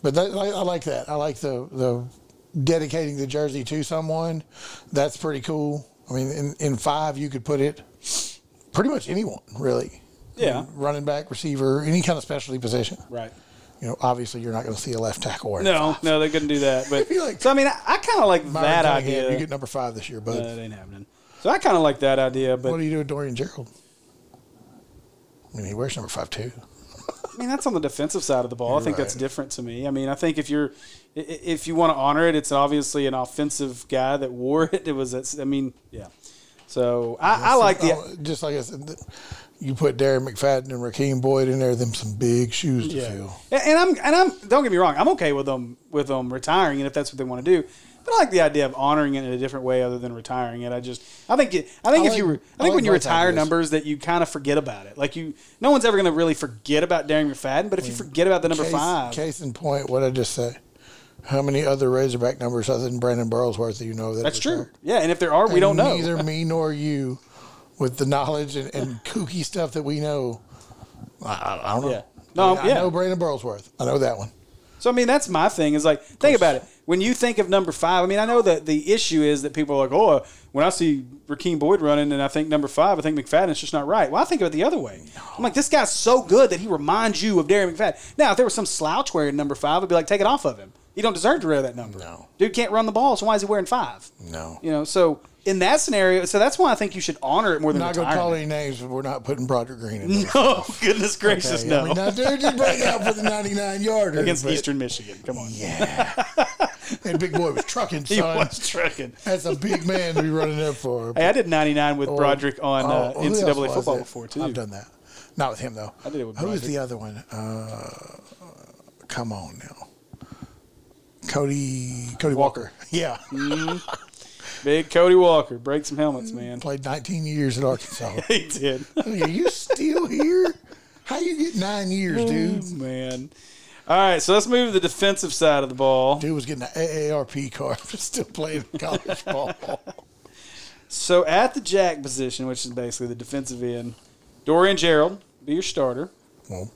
S2: But that, I, I like that. I like the the dedicating the jersey to someone. That's pretty cool. I mean, in, in five you could put it pretty much anyone really.
S1: Yeah.
S2: running back, receiver, any kind of specialty position.
S1: right.
S2: You know, obviously you're not going to see a left tackle. wearing
S1: No, no, they couldn't do that. But
S2: feel like-
S1: so I mean, I, I kind of like
S2: Myron
S1: that
S2: Cunningham,
S1: idea.
S2: You get number five this year, bud.
S1: No, that ain't happening. So I kind of like that idea, but
S2: what do you do with Dorian Gerald? I mean, he wears number five too.
S1: I mean that's on the defensive side of the ball. I
S2: You're
S1: think that's
S2: right.
S1: different to me. I mean, I think if you're i- i- if you want to honor it, it's obviously an offensive guy that wore it. It was that's I mean, yeah. So I, I like the
S2: Oh, just like I said, th- you put Darren McFadden and Raheem Boyd in there. Them some big shoes to fill.
S1: And, and I'm and I'm don't get me wrong, I'm okay with them with them retiring and if that's what they want to do. But I like the idea of honoring it in a different way other than retiring it. I just I think it, I think
S2: I
S1: if you
S2: like-
S1: re- I
S2: I
S1: think
S2: like
S1: when you
S2: both
S1: retire
S2: ideas.
S1: numbers that you kind of forget about it. Like you no one's ever going to really forget about Darren McFadden, but if you forget about the number
S2: Case,
S1: 5.
S2: Case in point, what I just said. How many other Razorback numbers other than Brandon Burlsworth do you know that?
S1: that's
S2: are
S1: true.
S2: retired?
S1: Yeah, and if there are, we
S2: And
S1: don't know.
S2: Neither me nor you, with the knowledge and, and kooky stuff that we know. I- I, I don't know.
S1: Yeah. No,
S2: I, mean,
S1: yeah.
S2: I know Brandon Burlsworth. I know that one.
S1: So I mean, that's my thing. Is like, think about it. When you think of number five, I mean, I know that the issue is that people are like, oh, when I see Raheem Boyd running, and I think number five, I think McFadden's just not right. Well, I think of it the other way. I'm like, this guy's so good that he reminds you of Darren McFadden. Now, if there was some slouch wearing number five, I'd be like, take it off of him. He don't deserve to wear that number.
S2: No.
S1: dude can't run the ball, so why is he wearing five?
S2: No.
S1: you know. So in that scenario, so that's why I think you should honor it more than
S2: I'm not going to
S1: retirement.
S2: call any names, but we're not putting Broderick Green in. there.
S1: Oh goodness gracious,
S2: Okay,
S1: no!
S2: I mean, now, dude, just bring it out for the 99 yarder.
S1: Against
S2: but-
S1: Eastern Michigan, come on,
S2: Yeah. that big boy was trucking,
S1: he
S2: son.
S1: was trucking.
S2: That's a big man to be running up for.
S1: Hey, I did 99 with Broderick on
S2: Oh,
S1: uh,
S2: who else was
S1: NCAA football
S2: it?
S1: before, too.
S2: I've done that. Not with him, though.
S1: I did it with
S2: Who was
S1: Broderick.
S2: the other one? Uh, come on now. Cody Cody Walker. Yeah.
S1: Mm-hmm. Big Cody Walker. Break some helmets, man.
S2: Played 19 years at Arkansas.
S1: He did.
S2: I mean, Are you still here? How you get nine years,
S1: Mm-hmm.
S2: dude?
S1: Oh, man. All right, so let's move to the defensive side of the ball.
S2: Dude was getting an AARP card for still playing college ball.
S1: So at the jack position, which is basically the defensive end, Dorian Gerald be your starter.
S2: Well,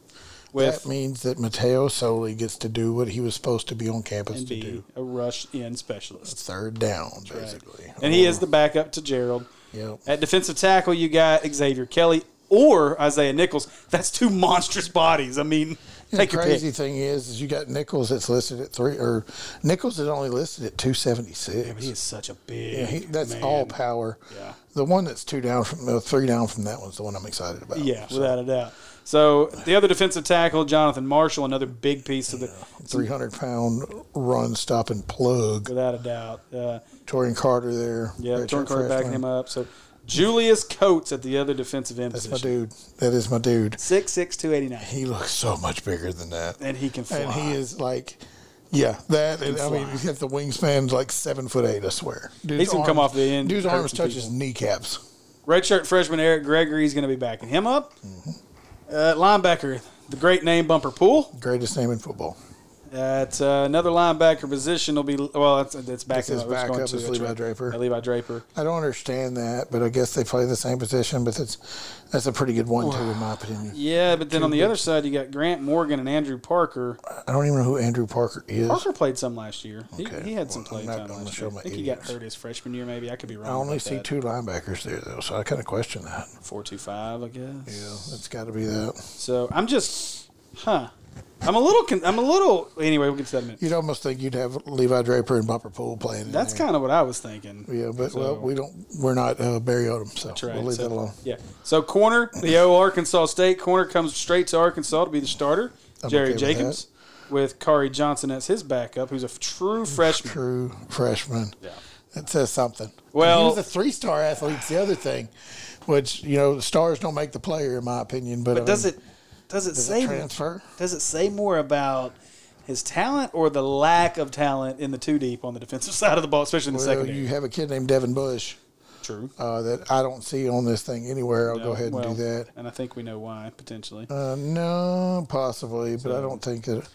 S1: With
S2: that means that Mateo Soli gets to do what he was supposed to be on campus
S1: and
S2: to
S1: be
S2: do.
S1: a rush in specialist.
S2: Third down, basically.
S1: And he is the backup to Gerald.
S2: Oh. Yep.
S1: At defensive tackle, you got Xavier Kelly or Isaiah Nichols. That's two monstrous bodies. I mean,
S2: And
S1: take
S2: the
S1: your
S2: crazy
S1: pick.
S2: thing is, is you got Nichols that's listed at three, or Nichols is only listed at two seventy
S1: But
S2: six.
S1: He is such a big.
S2: Yeah, he, that's
S1: man.
S2: all power.
S1: Yeah.
S2: The one that's two down from no, three down from that one's the one I'm excited about.
S1: Yeah,
S2: so,
S1: without a doubt. So the other defensive tackle, Jonathan Marshall, another big piece of the.
S2: three hundred pound run stopping plug.
S1: Without a doubt, uh,
S2: Torian Carter there.
S1: yeah,
S2: redshirt
S1: Jordan Carter backing
S2: freshman.
S1: him up. So Julius Coates at the other defensive end
S2: That's my
S1: position,
S2: dude. That is my dude.
S1: six six two eighty nine,
S2: He looks so much bigger than that,
S1: and he can fly.
S2: and he is like. Yeah, that and, I
S1: fly.
S2: mean, he's got the wingspan's like seven foot eight. I swear, dude's
S1: He's gonna come
S2: arms-
S1: off the end
S2: Dude's
S1: hurting
S2: arms touch his
S1: people.
S2: kneecaps.
S1: Redshirt freshman Eric Gregory is going to be backing him
S2: Mm-hmm.
S1: up. Uh, linebacker, the great name Bumper Pool.
S2: Greatest name in football.
S1: Uh, At uh, another linebacker position will be well. That's, that's back
S2: This is
S1: up. It's
S2: back
S1: going
S2: up
S1: to-
S2: is
S1: that's
S2: Levi
S1: right.
S2: Draper.
S1: Uh, Levi Draper.
S2: I don't understand that, but I guess they play the same position. But that's that's a pretty good one too, in my opinion.
S1: Yeah, but then on the other side you got Grant Morgan and Andrew Parker.
S2: I don't even know who Andrew Parker is.
S1: Parker played some last year. He,
S2: Okay.
S1: he had some
S2: Well,
S1: play
S2: I'm not
S1: time
S2: gonna
S1: last
S2: show
S1: year.
S2: my
S1: I think he got
S2: ignorance.
S1: hurt his freshman year. Maybe I could be wrong.
S2: I only
S1: about
S2: see
S1: that.
S2: two linebackers there though, so I kind of question that.
S1: four two five. I guess.
S2: Yeah, it's got to be that.
S1: So I'm just, huh? I'm a little. Con- I'm a little. Anyway, we'll get to that in a minute.
S2: You'd almost think you'd have Levi Draper and Bumper Pool playing. in
S1: That's
S2: there.
S1: kind of what I was thinking.
S2: Yeah, but
S1: So-
S2: well, we don't. We're not uh, Barry Odom, so
S1: That's right.
S2: we'll leave
S1: so,
S2: that alone.
S1: Yeah. So corner, the O Arkansas State corner comes straight to Arkansas to be the starter.
S2: I'm
S1: Jerry
S2: okay with
S1: Jacobs with, Kari Johnson as his backup, who's a f- true freshman.
S2: True freshman.
S1: Yeah.
S2: That says something.
S1: Well-
S2: he was a three-star athlete. The other thing, which you know, stars don't make the player, in my opinion. But, I mean,
S1: Does it does it
S2: does it
S1: say
S2: transfer?
S1: does it say more about his talent or the lack of talent in the two deep on the defensive side of the ball, especially in the
S2: Well,
S1: secondary?
S2: you have a kid named Devin Bush
S1: True.
S2: uh, that I don't see on this thing anywhere. I'll go ahead and
S1: Well,
S2: do that.
S1: And I think we know why potentially.
S2: Uh, no, possibly, but I don't think that.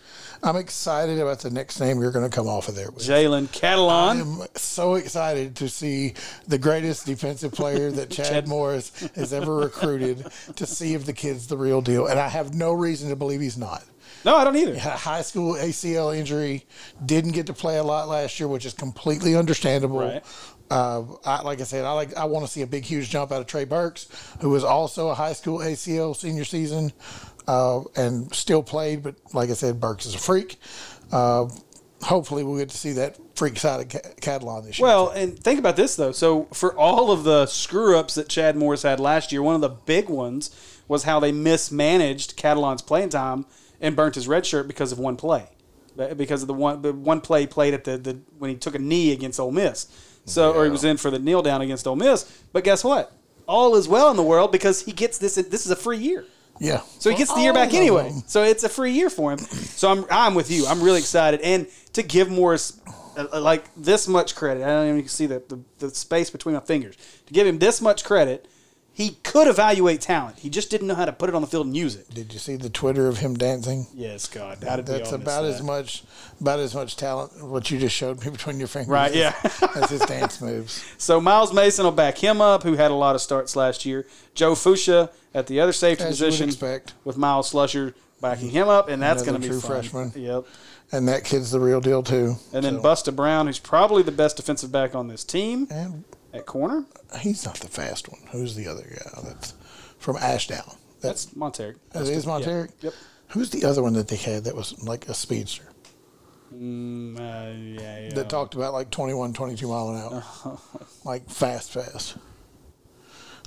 S2: I'm excited about the next name you're going to come off of there with.
S1: Jalen Catalon.
S2: I'm so excited to see the greatest defensive player that Chad, Morris has ever recruited to see if the kid's the real deal. And I have no reason to believe he's not.
S1: No, I don't either.
S2: Had a high school ACL injury, didn't get to play a lot last year, which is completely understandable.
S1: Right.
S2: Uh, I, like I said, I like I want to see a big, huge jump out of Trey Burks, who was also a high school ACL senior season, uh, and still played. But like I said, Burks is a freak. Uh, hopefully, we'll get to see that freak side of Ca- Catalan this year.
S1: Well, and think about this though. So for all of the screw ups that Chad Morris had last year, one of the big ones was how they mismanaged Catalan's playing time and burnt his red shirt because of one play, Be- because of the one the one play played at the, the when he took a knee against Ole Miss. So or he was in for the kneel down against Ole Miss. But guess what? All is well in the world because he gets this. This is a free year.
S2: yeah.
S1: So he gets the year
S2: All
S1: back
S2: of
S1: anyway.
S2: them.
S1: So it's a free year for him. So I'm I'm with you. I'm really excited. And to give Morris uh, like this much credit, I don't even see the, the, the space between my fingers. To give him this much credit, he could evaluate talent. He just didn't know how to put it on the field and use it.
S2: Did you see the Twitter of him dancing?
S1: Yes, God. How did we
S2: That's
S1: all miss
S2: about
S1: that?
S2: as much about as much talent what you just showed me between your fingers.
S1: Right,
S2: as-
S1: yeah.
S2: as his dance moves.
S1: So Miles Mason will back him up, who had a lot of starts last year. Joe Fuchsia at the other safety
S2: As you would
S1: position
S2: expect.
S1: with Miles Slusher backing him up, and that's
S2: Another
S1: going to be
S2: true
S1: fun.
S2: freshman.
S1: Yep.
S2: And that kid's the real deal too.
S1: And then
S2: So-
S1: Busta Brown, who's probably the best defensive back on this team
S2: and
S1: at corner.
S2: he's not the fast one. Who's the other guy that's from Ashdown? That's
S1: That's Monteric.
S2: that is Monteric.
S1: Yep.
S2: Who's the other one that they had that was like a speedster
S1: Mm, uh, yeah, yeah.
S2: that talked about like 21, 22 mile an hour, like fast, fast.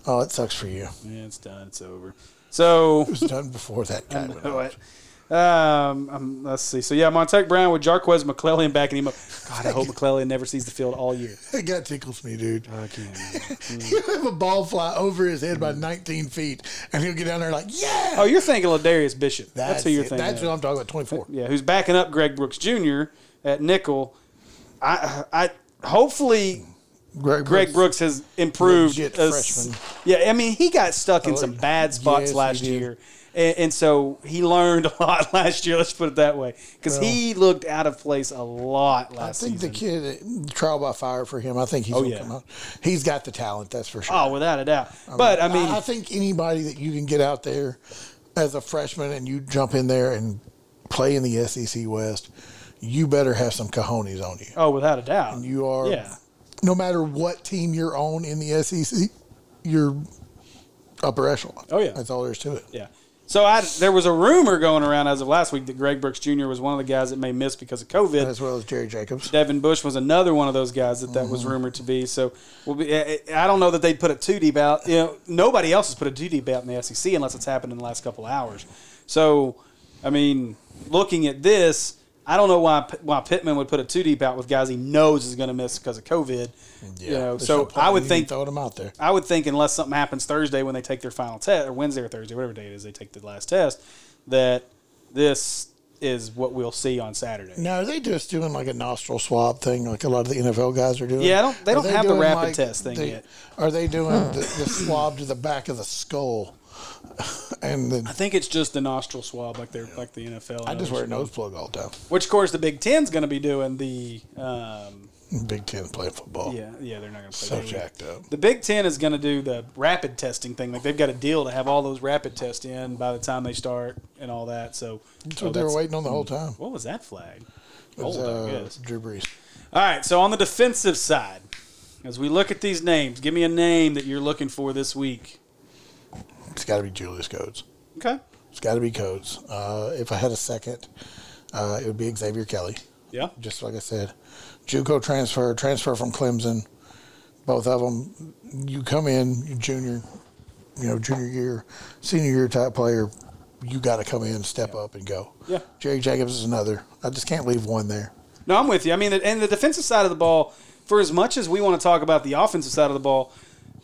S2: Oh, it sucks for you.
S1: Yeah, it's done. It's over. So,
S2: It was done before that guy. went out.
S1: what? Um, um, let's see. So yeah, Montek Brown with Jarquez McClellan backing him up. God, I hope McClellan never sees the field all year.
S2: That guy tickles me, dude.
S1: Again. Mm.
S2: You have a ball fly over his head by 19 feet, and he'll get down there like, yeah.
S1: Oh, you're thinking of Darius Bishop. That's, who you're
S2: it.
S1: thinking.
S2: That's
S1: of.
S2: what I'm talking about. 24.
S1: yeah, who's backing up Greg Brooks Jr. at nickel. I, I hopefully
S2: Greg,
S1: Greg Brooks has improved.
S2: Legit
S1: as-
S2: freshman.
S1: Yeah, I mean he got stuck in
S2: Oh,
S1: some bad spots
S2: yes, he
S1: last
S2: did.
S1: year, and, and so he learned a lot last year. Let's put it that way, because he looked out of place a lot
S2: I
S1: last
S2: think
S1: season. Oh,
S2: the kid trial by fire for him. I think he's gonna
S1: yeah.
S2: come out. He's got the talent, that's for sure.
S1: oh, without a doubt. but I mean,
S2: I, think anybody that you can get out there as a freshman and you jump in there and play in the SEC West, you better have some cojones on you.
S1: oh, without a doubt,
S2: You are,
S1: Yeah,
S2: no matter what team you're on in the SEC, you're upper echelon.
S1: Oh, yeah.
S2: that's all there is to it.
S1: yeah. So I there was a rumor going around as of last week that Greg Brooks Jr. was one of the guys that may miss because of COVID.
S2: As well as Jerry Jacobs.
S1: Devin Bush was another one of those guys that that was rumored to be. So we'll be, I I don't know that they'd put a two deep out. You know, nobody else has put a two deep out in the SEC unless it's happened in the last couple of hours. So, I mean, looking at this, I don't know why P- why Pittman would put a two deep out with guys he knows is going to miss because of COVID. you know,
S2: There's
S1: so
S2: no point
S1: I
S2: in
S1: would
S2: even
S1: think
S2: throwing them out there.
S1: I would think unless something happens Thursday when they take their final test, or Wednesday or Thursday, whatever day it is they take the last test, that this is what we'll see on Saturday.
S2: Now, are they just doing like a nostril swab thing, like a lot of the NFL guys are doing?
S1: Yeah, I don't- they
S2: Are
S1: don't have the
S2: doing,
S1: rapid test thing
S2: they-
S1: yet.
S2: Are they doing the, the swab to the back of the skull and then
S1: I think it's just the nostril swab, like they're like the NFL.
S2: I just wear a
S1: knows.
S2: nose plug all the time.
S1: Which, of course, the Big Ten's going to be doing the. Um,
S2: Big Ten playing football.
S1: yeah, yeah, they're not going to play.
S2: Oh. So
S1: that week.
S2: jacked up.
S1: The Big Ten is going to do the rapid testing thing. Like they've got a deal to have all those rapid tests in by the time they start and all that. So
S2: That's
S1: oh,
S2: what they were waiting on the whole time.
S1: What was that flag?
S2: It was,
S1: Hold on, I
S2: uh,
S1: guess.
S2: Drew Brees.
S1: All right. So on the defensive side, as we look at these names, give me a name that you're looking for this week.
S2: It's got to be Julius Coates.
S1: Okay.
S2: It's got to be Coates. Uh, if I had a second, uh, it would be Xavier Kelly.
S1: Yeah.
S2: Just like I said, JUCO transfer, transfer from Clemson. Both of them, you come in you junior, you know, junior year, senior year type player. You got to come in, step up, and go.
S1: Yeah.
S2: Jerry Jacobs is another. I just can't leave one there.
S1: No, I'm with you. I mean, and the defensive side of the ball, for as much as we want to talk about the offensive side of the ball,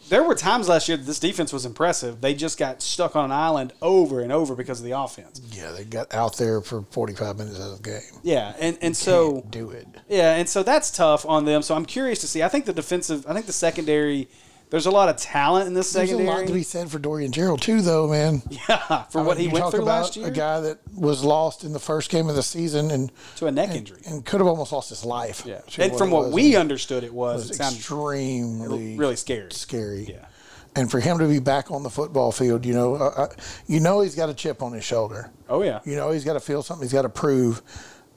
S1: there were times last year that this defense was impressive. They just got stuck on an island over and over because of the offense.
S2: Yeah, they got out there for 45 minutes of the game.
S1: Yeah, and and so
S2: Can't do it.
S1: yeah, and so that's tough on them. So I'm curious to see. I think the defensive, I think the secondary, there's a lot of talent in this
S2: There's a
S1: secondary.
S2: lot to be said for Dorian Gerald too, though, man.
S1: yeah, for
S2: I
S1: what
S2: mean,
S1: he
S2: you
S1: went
S2: talk
S1: through
S2: about
S1: last year
S2: A guy that was lost in the first game of the season and
S1: to a neck
S2: and,
S1: injury.
S2: and could have almost lost his life.
S1: yeah,
S2: to
S1: and from
S2: it
S1: what
S2: was.
S1: we
S2: it
S1: understood, it was,
S2: was
S1: it sounded
S2: extremely
S1: really scary.
S2: scary.
S1: Yeah.
S2: and for him to be back on the football field, you know, uh, uh, you know, he's got a chip on his shoulder.
S1: Oh yeah,
S2: You know, he's got to feel something. He's got to prove.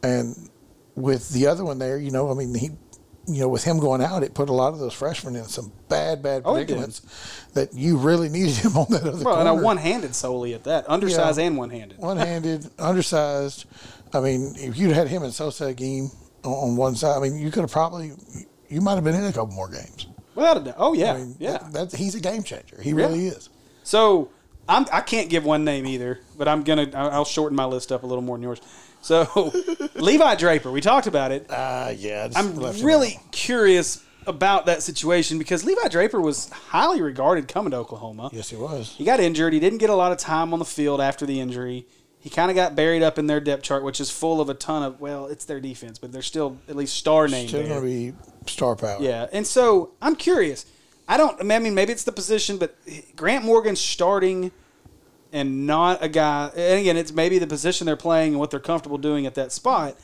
S2: And with the other one there, you know, I mean, he, you know, with him going out, it put a lot of those freshmen in some bad, bad
S1: Oh, it did.
S2: predicaments that you really needed him on that other.
S1: well, and a
S2: corner.
S1: one-handed solely at that, undersized and one-handed.
S2: one-handed, undersized. I mean, if you'd had him and Sosa a game on- on one side, I mean, you could have probably, you might have been in a couple more games.
S1: Without a doubt. Oh yeah,
S2: I mean,
S1: yeah.
S2: that, that's- he's a game changer. He really is.
S1: so I'm, I can't give one name either, but I'm gonna I- I'll shorten my list up a little more than yours. So Levi Draper, we talked about it.
S2: Uh, yeah,
S1: I'm really curious about that situation because Levi Draper was highly regarded coming to Oklahoma.
S2: Yes, he was.
S1: He got injured. He didn't get a lot of time on the field after the injury. He kind of got buried up in their depth chart, which is full of a ton of well, it's their defense, but they're still at least star names.
S2: Still going to be star power.
S1: Yeah, and so I'm curious. I don't. I mean, maybe it's the position, but Grant Morgan's starting, and not a guy. And again, it's maybe the position they're playing and what they're comfortable doing at that spot.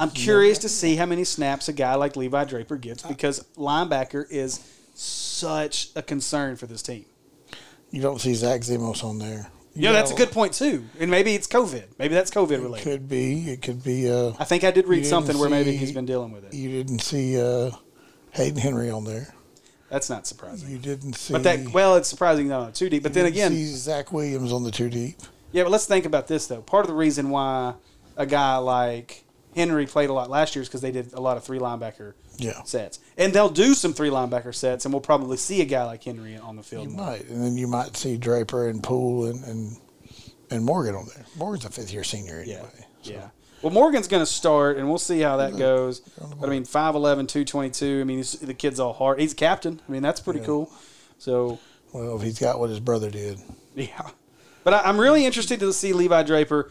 S1: I'm curious to see how many snaps a guy like Levi Draper gets because linebacker is such a concern for this team.
S2: You don't see Zach Zimos on there. You
S1: Yeah, that's a
S2: know,
S1: good point too. And maybe it's COVID. Maybe that's COVID
S2: It
S1: related.
S2: could be. It could be. E Uh,
S1: I think I did read
S2: didn't
S1: something where maybe
S2: see-
S1: he's been dealing with it.
S2: you didn't see uh, Hayden Henry on there.
S1: That's not surprising.
S2: You didn't see.
S1: But that well, it's surprising not on two deep. But then
S2: you didn't
S1: again,
S2: see Zach Williams on the two deep.
S1: Yeah, but let's think about this though. Part of the reason why a guy like Henry played a lot last year is because they did a lot of three linebacker
S2: Yeah.
S1: sets, and they'll do some three linebacker sets, and we'll probably see a guy like Henry on the field.
S2: You
S1: more.
S2: might, and then you might see Draper and Poole and and, and Morgan on there. Morgan's a fifth year senior
S1: Yeah,
S2: anyway. so.
S1: yeah. Well, Morgan's going to start, and we'll see how that goes.
S2: on the
S1: But I mean, 5'11", 222, I mean, he's, the kid's all hard. He's a captain. I mean, that's pretty cool. So
S2: Well, if he's got what his brother did,
S1: Yeah. But I, I'm really interested to see Levi Draper.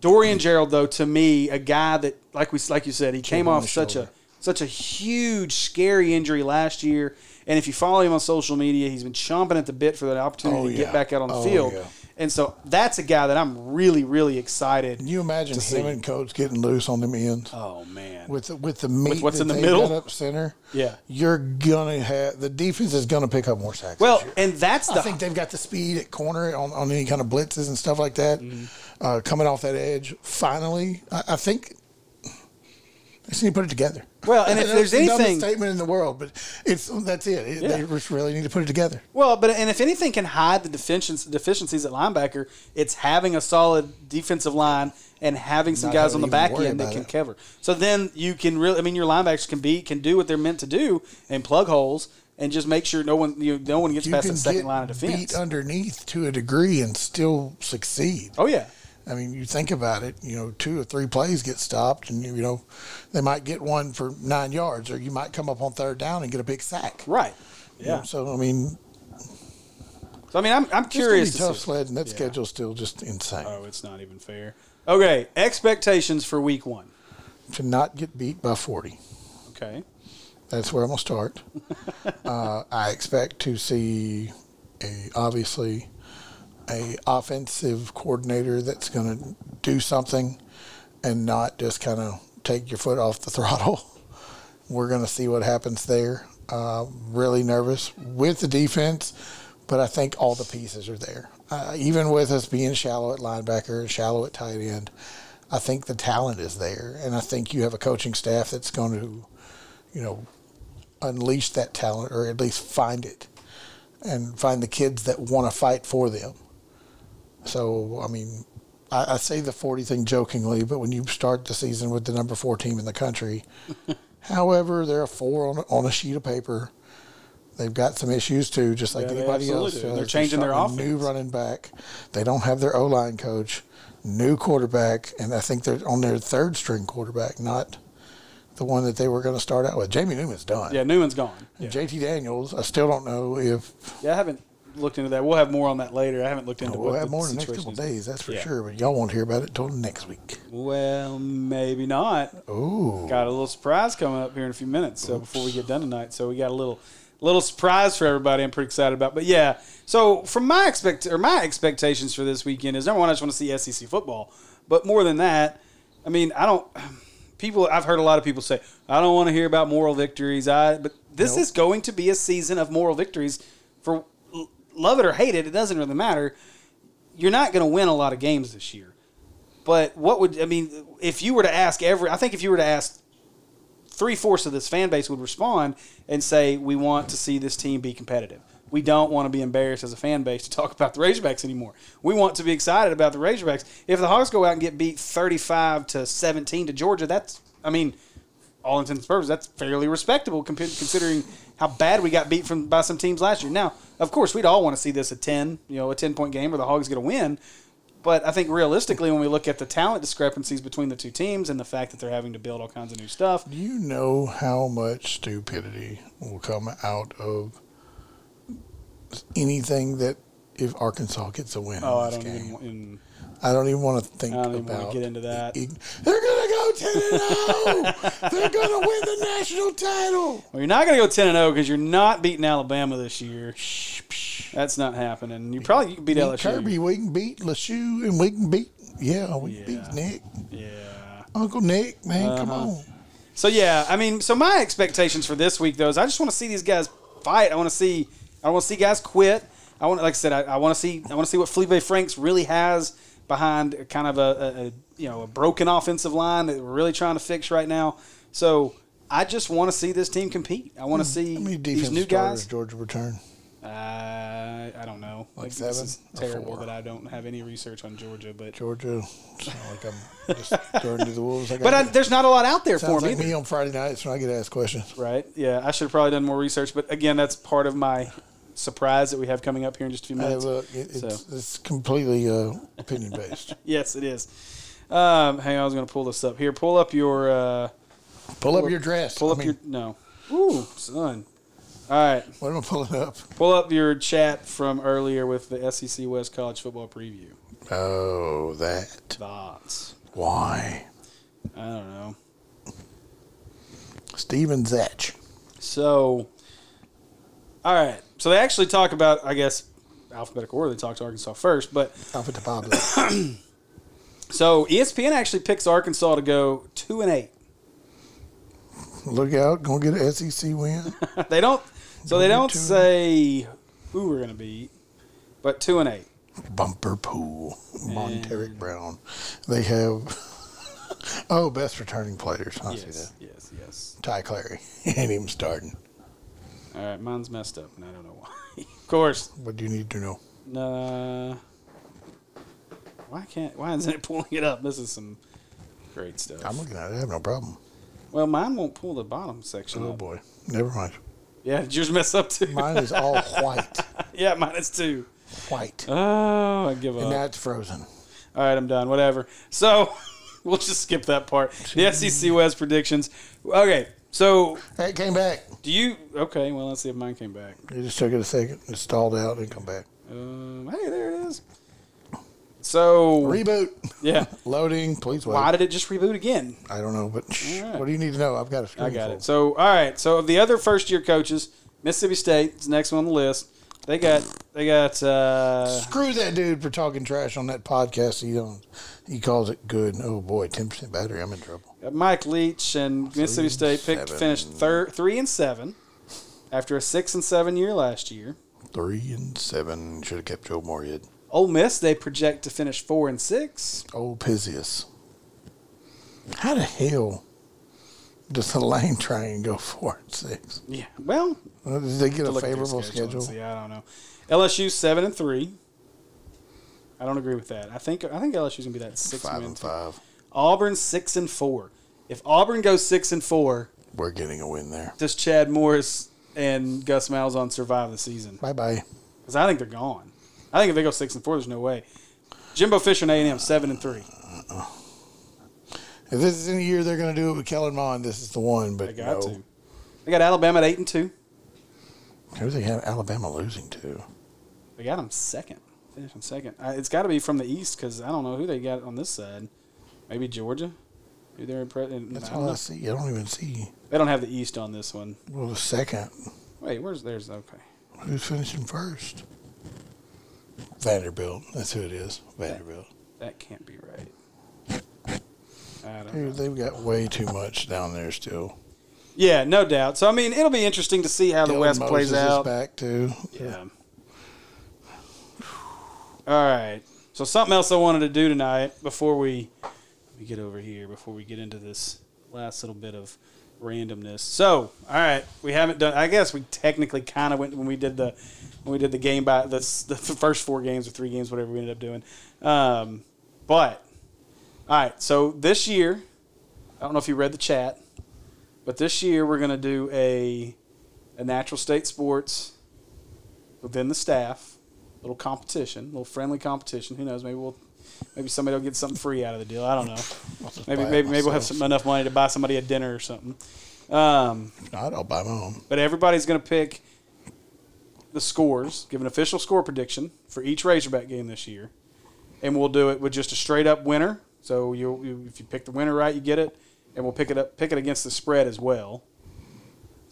S1: Dorian Gerald, though, to me, a guy that, like we, like you said, he came
S2: on
S1: off
S2: the
S1: such a
S2: shoulder.
S1: such a huge, scary injury last year. And if you follow him on social media, he's been chomping at the bit for that opportunity
S2: Oh,
S1: to
S2: yeah.
S1: get back out on the
S2: Oh,
S1: field.
S2: yeah.
S1: And so that's a guy that I'm really, really excited.
S2: can you imagine him
S1: To see.
S2: and Coates getting loose on them ends
S1: Oh man,
S2: with the, with the meat
S1: what's
S2: that
S1: in the
S2: they've
S1: middle?
S2: got up center?
S1: Yeah.
S2: you're gonna have the defense is gonna pick up more sacks.
S1: well,
S2: this year.
S1: and that's the
S2: I think they've got the speed at corner on, on any kind of blitzes and stuff like that.
S1: Mm-hmm.
S2: Uh, coming off that edge, finally, I, I think they just need to put it together.
S1: Well, and if
S2: That's
S1: there's
S2: the dumbest
S1: anything-
S2: statement in the world, but it's that's it. It- They
S1: Yeah.
S2: just really need to put it together.
S1: Well, but and if anything can hide the deficiencies deficiencies at linebacker, it's having a solid defensive line and having some
S2: Not
S1: guys
S2: having
S1: on the
S2: to
S1: back
S2: even worry
S1: end that
S2: about
S1: can
S2: it.
S1: cover. So then you can really, I mean, your linebackers can be can do what they're meant to do and plug holes and just make sure no one you know, no one gets
S2: You
S1: past
S2: can
S1: the second
S2: get
S1: line of defense.
S2: beat underneath to a degree and still succeed.
S1: oh yeah,
S2: I mean, you think about it. You know, two or three plays get stopped, and you know, they might get one for nine yards, or you might come up on third down and get a big sack.
S1: right.
S2: You know,
S1: Yeah.
S2: so I mean,
S1: So I mean, I'm I'm
S2: It's gonna
S1: curious. to
S2: be tough
S1: see.
S2: sledding. That
S1: Yeah.
S2: schedule's still just insane.
S1: Oh, it's not even fair. Okay, expectations for week one.
S2: To not get beat by 40,
S1: Okay.
S2: that's where I'm gonna start. uh, I expect to see a obviously a offensive coordinator that's going to do something and not just kind of take your foot off the throttle. We're going to see what happens there. Uh, really nervous with the defense, but I think all the pieces are there. Uh, even with us being shallow at linebacker and shallow at tight end, I think the talent is there, and I think you have a coaching staff that's going to, you know, unleash that talent or at least find it and find the kids that want to fight for them. So, I mean, I, I say the 40 thing jokingly, but when you start the season with the number four team in the country, however, they're a four on, on a sheet of paper. They've got some issues too, just like
S1: Yeah, they
S2: anybody
S1: absolutely
S2: else.
S1: do.
S2: does.
S1: They're changing their
S2: starting a New
S1: offense.
S2: running back. They don't have their O line coach, new quarterback, and I think they're on their third string quarterback, not the one that they were going to start out with. Jamie Newman's done.
S1: Yeah, Newman's gone. Yeah.
S2: JT Daniels, I still don't know if
S1: Yeah, I haven't looked into that. We'll have more on that later. I haven't looked into
S2: we'll
S1: what
S2: have
S1: the
S2: more in the next
S1: situation
S2: couple
S1: is.
S2: days, that's for
S1: Yeah.
S2: sure. But y'all won't hear about it until next week.
S1: Well, maybe not.
S2: Ooh.
S1: Got a little surprise coming up here in a few minutes. So before we get done tonight, so we got a little little surprise for everybody. I'm pretty excited about. But yeah, so from my expect or my expectations for this weekend is number one, I just want to see SEC football. But more than that, I mean, I don't. People, I've heard a lot of people say, I don't want to hear about moral victories. I but this
S2: Nope.
S1: is going to be a season of moral victories. For love it or hate it, it doesn't really matter. You're not going to win a lot of games this year. But what would I mean if you were to ask every? I think if you were to ask three fourths of this fan base would respond and say, "We want to see this team be competitive. We don't want to be embarrassed as a fan base to talk about the Razorbacks anymore. We want to be excited about the Razorbacks. If the Hogs go out and get beat thirty-five to seventeen to Georgia, that's I mean, all intents and purposes, that's fairly respectable compa- considering how bad we got beat from by some teams last year. Now, of course, we'd all want to see this a ten, you know, a ten-point game where the Hogs get a win." But I think realistically, when we look at the talent discrepancies between the two teams and the fact that they're having to build all kinds of new stuff,
S2: Do you know how much stupidity will come out of anything that if Arkansas gets a win?
S1: Oh, I
S2: in
S1: don't
S2: this game?
S1: even. in-
S2: I don't even want to think
S1: I don't even wanna
S2: about.
S1: get into that.
S2: the ign- They're gonna go ten and zero. They're gonna win the national title.
S1: Well, you're not going to go ten and zero because you're not beating Alabama this year. That's not happening. You probably you can beat
S2: Beat
S1: LSU.
S2: Kirby, we can beat LeShu, and we can beat yeah, we can
S1: Yeah. Uh-huh.
S2: beat Nick,
S1: Yeah.
S2: Uncle Nick, man, come on.
S1: So yeah, I mean, so my expectations for this week though is I just want to see these guys fight. I want to see, I want to see guys quit. I want, like I said, I, I want to see, I want to see what Felipe Franks really has behind a kind of a, a, a you know a broken offensive line that we're really trying to fix right now. So I just want to see this team compete. I
S2: Hmm.
S1: want to see
S2: How many
S1: these
S2: defensive
S1: new
S2: starters
S1: guys.
S2: Georgia return?
S1: Uh, I don't know.
S2: Like
S1: this
S2: seven
S1: is
S2: or
S1: terrible
S2: four?
S1: that I don't have any research on Georgia, but
S2: Georgia. Sound like I'm just throwing to the wolves. Like
S1: but I,
S2: I,
S1: there's not a lot out there for
S2: sounds
S1: me.
S2: like me on Friday nights when I get asked questions.
S1: Right. Yeah, I should have probably done more research, but again, that's part of my surprise that we have coming up here in just a few
S2: Hey,
S1: minutes.
S2: look, it, it's,
S1: So.
S2: it's completely uh, opinion based.
S1: Yes, it is. Um, hang on, I was going to pull this up here. Pull up your. Uh,
S2: Pull up your dress.
S1: pull
S2: I
S1: up
S2: mean,
S1: your no. Ooh, son. All right,
S2: What am I pulling up?
S1: pull up your chat from earlier with the SEC West College Football Preview.
S2: Oh, that.
S1: Thoughts?
S2: Why?
S1: I don't know.
S2: Steven Zatch.
S1: So, all right. So they actually talk about, I guess, alphabetical order. They talk to Arkansas first, but
S2: Alpha to Pablo.
S1: so E ESPN actually picks Arkansas to go two and eight.
S2: Look out. Going to get an SEC win.
S1: they don't. So they
S2: Number
S1: don't
S2: two.
S1: say who we're gonna beat, but two and eight.
S2: Bumper Pool. Monteric Brown. They have. oh, best returning players. I see that.
S1: Yes, yes, yes.
S2: Ty Clary. Ain't even starting.
S1: All right, mine's messed up, and I don't know why. of course,
S2: What do you need to know?
S1: no. Why can't? Why isn't it pulling it up? This is some great stuff.
S2: I'm looking at it. I have no problem.
S1: well, mine won't pull the bottom section.
S2: Oh
S1: up.
S2: boy. Never mind.
S1: Yeah, did yours mess up too?
S2: Mine is all white.
S1: yeah, mine is too.
S2: White.
S1: Oh, I give up.
S2: And now it's frozen.
S1: All right, I'm done. Whatever. So we'll just skip that part. The SEC West predictions. Okay, so
S2: Hey, it came back.
S1: Do you? Okay, well, let's see if mine came back.
S2: It just took it a second. It stalled out and come back.
S1: Um, hey, there it is. So,
S2: Reboot.
S1: yeah.
S2: Loading. Please wait.
S1: Why did it just reboot again?
S2: I don't know, but shh,
S1: All right.
S2: what do you need to know? I've got a few.
S1: I got it. So, all right. So, of the other first year coaches, Mississippi State is next one on the list. They got they got uh,
S2: Screw that dude for talking trash on that podcast. He don't. He calls it good. Oh boy, ten percent battery. I'm in trouble.
S1: Uh, Mike Leach and Mississippi State picked
S2: seven.
S1: finished thir- three and seven after a six and seven year last year.
S2: Three and seven. Should have kept Joe Moriad.
S1: Ole Miss they project to finish four and six.
S2: Old Pizzius. How the hell does the lane try and go four and six?
S1: Yeah, well,
S2: Well, Did they get
S1: to
S2: a
S1: look at their
S2: favorable
S1: and
S2: schedule?
S1: See, I don't know. LSU seven and three. I don't agree with that. I think I think LSU's gonna be that six
S2: Five
S1: win
S2: and
S1: team.
S2: five.
S1: Auburn six and four. If Auburn goes six and four,
S2: We're getting a win there.
S1: does Chad Morris and Gus Malzahn survive the season?
S2: Bye bye.
S1: Because I think they're gone. I think if they go six and four, there's no way. Jimbo Fisher and A and M seven and three.
S2: If this is any year they're going to do it with Kellen Mond, this is the one. But
S1: They got
S2: no.
S1: to. They got Alabama at eight and two.
S2: Who they have Alabama losing to?
S1: They got them second, finishing second. I, it's got to be from the East because I don't know who they got on this side. Maybe Georgia. Who they're impre- and-
S2: That's
S1: I don't
S2: all I
S1: know.
S2: see. I don't even see.
S1: They don't have the East on this one.
S2: Well, the second.
S1: Wait, where's theirs? Okay.
S2: Who's finishing first? Vanderbilt. That's who it is. Vanderbilt.
S1: That can't be right. I don't
S2: Dude,
S1: know.
S2: they've got way too much down there still.
S1: Yeah, no doubt. So I mean, it'll be interesting to see how the
S2: Dylan
S1: West
S2: Moses
S1: plays
S2: is
S1: out.
S2: back too.
S1: Yeah. All right. So something else I wanted to do tonight before we let me get over here before we get into this last little bit of randomness. So, all right, we haven't done. I guess we technically kind of went when we did the when we did the game by the s- the first four games or three games, whatever we ended up doing. Um, but all right, so this year, I don't know if you read the chat, but this year we're going to do a a natural state sports within the staff, little competition, little friendly competition. Who knows? Maybe we'll, maybe somebody will get something free out of the deal. I don't know.
S2: I'll just
S1: Maybe
S2: buy it
S1: maybe maybe we'll have
S2: myself.
S1: some, enough money to buy somebody a dinner or something. Um,
S2: If not, I'll buy my own.
S1: but everybody's going to pick the scores, give an official score prediction for each Razorback game this year, and we'll do it with just a straight up winner. So you, you if you pick the winner right, you get it, and we'll pick it up pick it against the spread as well.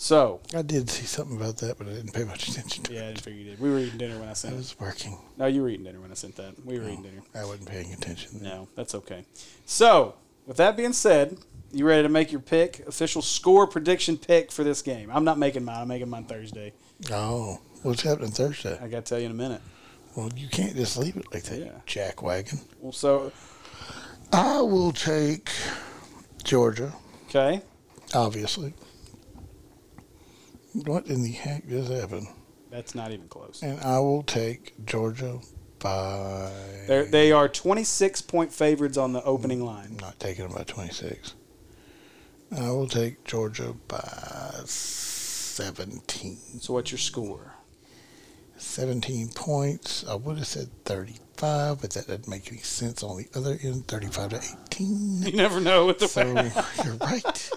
S1: So
S2: I did see something about that, but I didn't pay much attention to
S1: yeah, I
S2: it.
S1: didn't figure you did. We were eating dinner when I
S2: I
S1: sent it.
S2: was working.
S1: No, you were eating dinner when I sent that. We were eating dinner.
S2: I wasn't paying attention. then.
S1: No, that's okay. So, with that being said, you ready to make your pick, official score prediction pick for this game? I'm not making mine. I'm making mine Thursday.
S2: Oh, what's happening Thursday?
S1: I got to tell you in a minute.
S2: Well, you can't just leave it like that,
S1: Yeah.
S2: jack wagon.
S1: Well, so,
S2: I will take Georgia,
S1: okay.
S2: obviously. What in the heck just happened?
S1: That's not even close.
S2: And I will take Georgia by.
S1: They're, they are 26 point favorites on the opening line.
S2: not taking them by 26. I will take Georgia by 17.
S1: So, what's your score?
S2: 17 points. I would have said 35, but that doesn't make any sense on the other end. 35 to 18.
S1: You never know with the
S2: So you're right.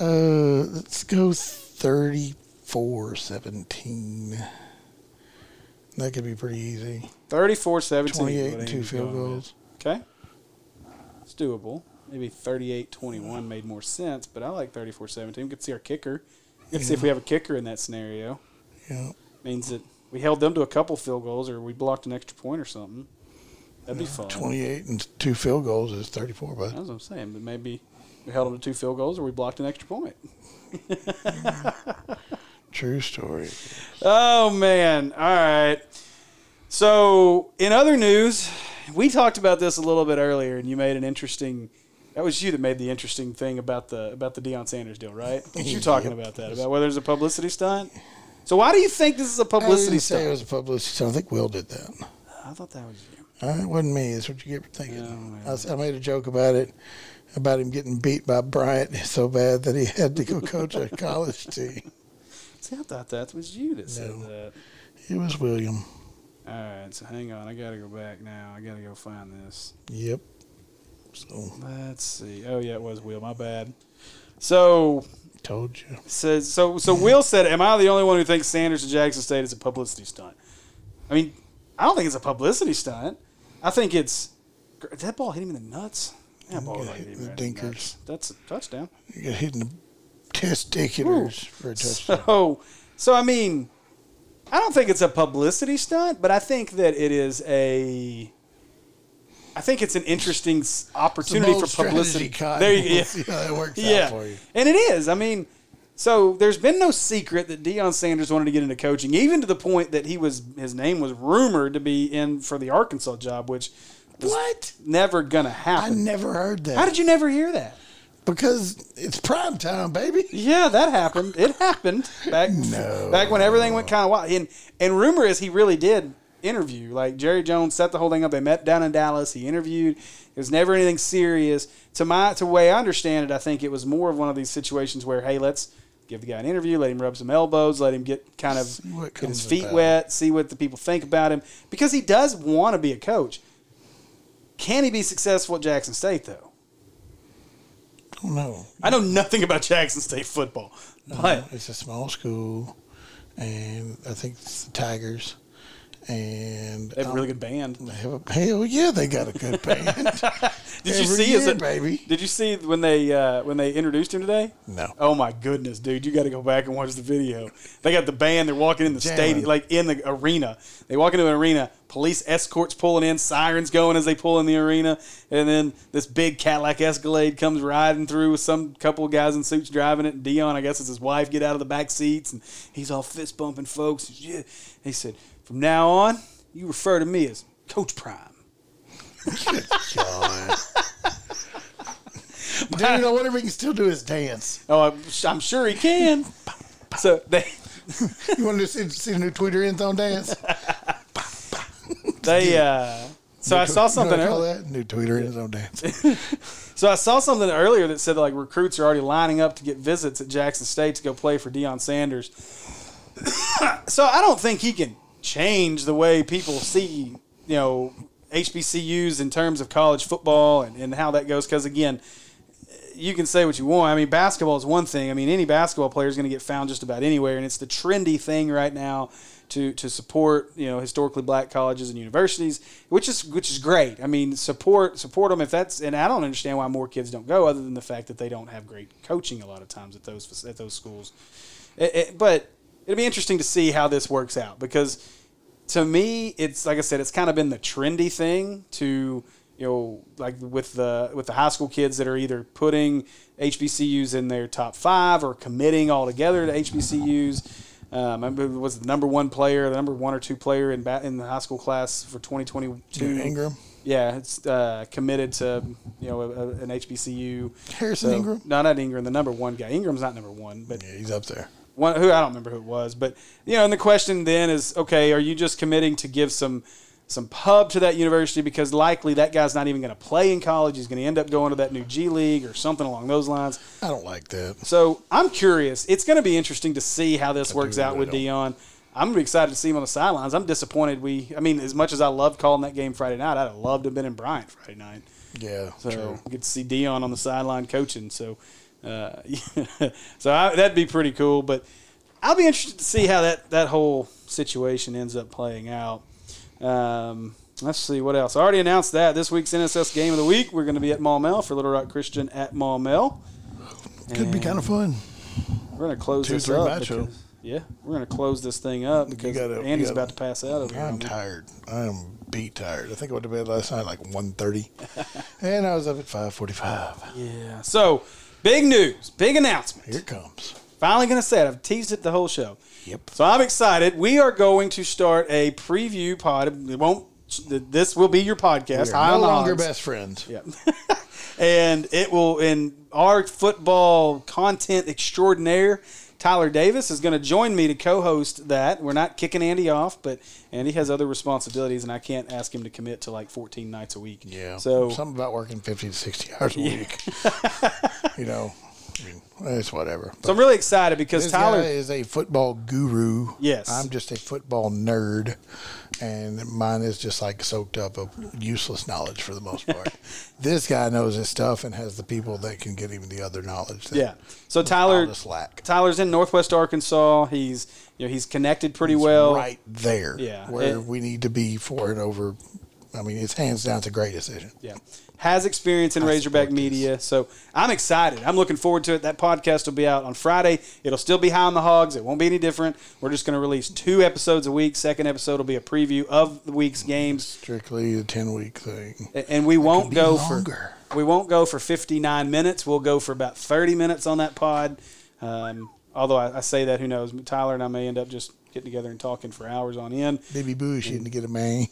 S2: Uh, let's go 34 17. That could be pretty easy.
S1: 34 17.
S2: 28 and two field goals.
S1: Okay. It's doable. Maybe 38 21 made more sense, but I like 34 17. We could see our kicker. We could see if we have a kicker in that scenario.
S2: Yeah.
S1: Means that we held them to a couple field goals or we blocked an extra point or something. That'd be fun.
S2: 28 and two field goals is 34, but
S1: That's what I'm saying. But maybe we held them to two field goals or we blocked an extra point.
S2: true story.
S1: Oh, man. All right. So, in other news, we talked about this a little bit earlier, and you made an interesting. That was you that made the interesting thing about the about the Deion Sanders deal, right? Was you talking about that about whether it's a publicity stunt? So why do you think this is a
S2: I
S1: publicity
S2: didn't say it
S1: stunt?
S2: was a publicity stunt. I think Will did that.
S1: I thought that was you.
S2: Uh, it wasn't me. That's what you get for thinking.
S1: Oh, man.
S2: I s- I, made a joke about it, about him getting beat by Bryant so bad that he had to go coach a college team.
S1: See, I thought that was you that said
S2: No.
S1: that.
S2: It was William.
S1: All right, so hang on, I gotta go back now. I gotta go find this.
S2: Yep. So
S1: Let's see. Oh yeah, it was Will. My bad. So
S2: told you.
S1: says so so Will said, Am I the only one who thinks Sanders to Jackson State is a publicity stunt? I mean, I don't think it's a publicity stunt. I think it's did that ball hit him in the nuts. That ball
S2: Yeah,
S1: like
S2: hit
S1: hit
S2: the
S1: him right in the
S2: dinkers.
S1: nuts. That's a touchdown.
S2: You got hidden testiculars for a touchdown.
S1: So so I mean I don't think it's a publicity stunt, but I think that it is a. I think it's an interesting s- opportunity for publicity. There you
S2: go.
S1: yeah.
S2: See how that works out for you.
S1: And it is. I mean, so there's been no secret that Deion Sanders wanted to get into coaching, even to the point that he was his name was rumored to be in for the Arkansas job, which was
S2: What?
S1: never gonna
S2: I
S1: happen.
S2: never heard that.
S1: How did you never hear that?
S2: because it's prime time, baby.
S1: Yeah, that happened. It happened back
S2: No.
S1: back when everything went kind of wild. And and rumor is he really did interview. Like Jerry Jones set the whole thing up. They met down in Dallas. He interviewed. It was never anything serious. To my to the way I understand it, I think it was more of one of these situations where hey, let's give the guy an interview, let him rub some elbows, let him get kind of
S2: See what
S1: get his
S2: comes
S1: feet
S2: about.
S1: wet, see what the people think about him because he does want to be a coach. Can he be successful at Jackson State though?
S2: Oh no,
S1: I know nothing about Jackson State football, but
S2: Uh, it's a small school, and I think it's the Tigers, and um,
S1: They have a really good band.
S2: They have a, hell yeah, they got a good band.
S1: Did you
S2: Every
S1: see? Is
S2: year,
S1: it,
S2: baby.
S1: Did you see when they uh, when they introduced him today?
S2: No.
S1: Oh my goodness, dude! You got to go back and watch the video. They got the band. They're walking in the
S2: Jamming.
S1: stadium, like in the arena. They walk into an arena. Police escorts pulling in, sirens going as they pull in the arena, and then this big Cadillac Escalade comes riding through with some couple of guys in suits driving it. And Dion, I guess it's his wife, get out of the back seats, and he's all fist bumping folks. Yeah. He said, "From now on, you refer to me as Coach Prime."
S2: God. Dude, I wonder if he can still do his dance.
S1: Oh, I'm, I'm sure he can. So they
S2: You want to see, see the new Twitter end zone dance?
S1: they uh, so I saw something
S2: You know what I call
S1: earlier.
S2: that? New Twitter end zone dance.
S1: So I saw something earlier that said like recruits are already lining up to get visits at Jackson State to go play for Deion Sanders. so I don't think he can change the way people see you know HBCUs in terms of college football and, and how that goes because again. You can say what you want. I mean, basketball is one thing. I mean, any basketball player is going to get found just about anywhere, and it's the trendy thing right now to to support you know historically black colleges and universities, which is which is great. I mean, support support them if that's. And I don't understand why more kids don't go, other than the fact that they don't have great coaching a lot of times at those at those schools. It- it- but it'll be interesting to see how this works out because to me, it's like I said, it's kind of been the trendy thing to you know like with the with the high school kids that are either putting HBCUs in their top five or committing altogether to HBCUs. Um, I remember it was the number one player, the number one or two player in ba- in the high school class for 2022.
S2: Ingram.
S1: Yeah, it's uh, committed to you know a, a, an HBCU.
S2: Harrison Ingram?
S1: No, not Ingram. The number one guy. Ingram's not number one, but
S2: Yeah, he's up there.
S1: one who I don't remember who it was, but you know, and the question then is, okay, are you just committing to give some some pub to that university because likely that guy's not even going to play in college. He's going to end up going to that new G League or something along those lines.
S2: I don't like that.
S1: So I'm curious. It's going to be interesting to see how this works
S2: do,
S1: out
S2: I
S1: with
S2: don't.
S1: Dion. I'm gonna be excited to see him on the sidelines. I'm disappointed we. I mean, as much as I loved calling that game Friday night, I'd have loved to have been in Bryant Friday night.
S2: Yeah,
S1: So
S2: true.
S1: get to see Dion on the sideline coaching. So, uh, so I, that'd be pretty cool. But I'll be interested to see how that that whole situation ends up playing out. Um, let's see what else. I already announced that this week's NSS game of the week. We're going to be at Maumelle for Little Rock Christian at Maumelle.
S2: Could be kind of fun.
S1: We're going to close
S2: Two,
S1: this
S2: three
S1: up.
S2: match, though.
S1: because- yeah, we're going to close this thing up because
S2: gotta- you
S1: Andy's
S2: gotta-
S1: about to pass out over here.
S2: I'm tired. I'm beat tired. I think I went to bed last night like 1.30, and I was up at 5.45.
S1: Yeah. So big news, big announcement.
S2: Here it comes.
S1: Finally, going to say it. I've teased it the whole show.
S2: Yep.
S1: So I'm excited. We are going to start a preview pod. It won't. This will be your podcast.
S2: We're
S1: High
S2: no
S1: on
S2: longer
S1: Odds.
S2: best friends.
S1: Yeah. and it will, in our football content extraordinaire, Tyler Davis is going to join me to co host that. We're not kicking Andy off, but Andy has other responsibilities, and I can't ask him to commit to like 14 nights a week.
S2: Yeah.
S1: So,
S2: something about working 50 to 60 hours a week. you know, I mean, it's whatever.
S1: so I'm really excited because
S2: This
S1: Tyler.
S2: guy is a football guru.
S1: Yes.
S2: I'm just a football nerd, and mine is just like soaked up of useless knowledge for the most part. this guy knows his stuff and has the people that can give him the other knowledge. That
S1: Yeah. So
S2: I'll
S1: Tyler
S2: just lack.
S1: Tyler's in Northwest Arkansas. He's you know he's connected pretty well.
S2: right there.
S1: Yeah.
S2: where
S1: It-
S2: we need to be for it over I mean, it's hands down, it's a great decision.
S1: Yeah. Has experience in Razorback Media. So I'm excited. I'm looking forward to it. That podcast will be out on Friday. It'll still be high on the hogs. It won't be any different. We're just going to release two episodes a week. Second episode will be a preview of the week's games.
S2: Strictly the ten week thing.
S1: A- And we won't
S2: be
S1: go
S2: longer.
S1: for we won't go for 59 minutes. We'll go for about 30 minutes on that pod. Um, although I, I say that, who knows? Tyler and I may end up just getting together and talking for hours on end.
S2: Baby Bush didn't get a man.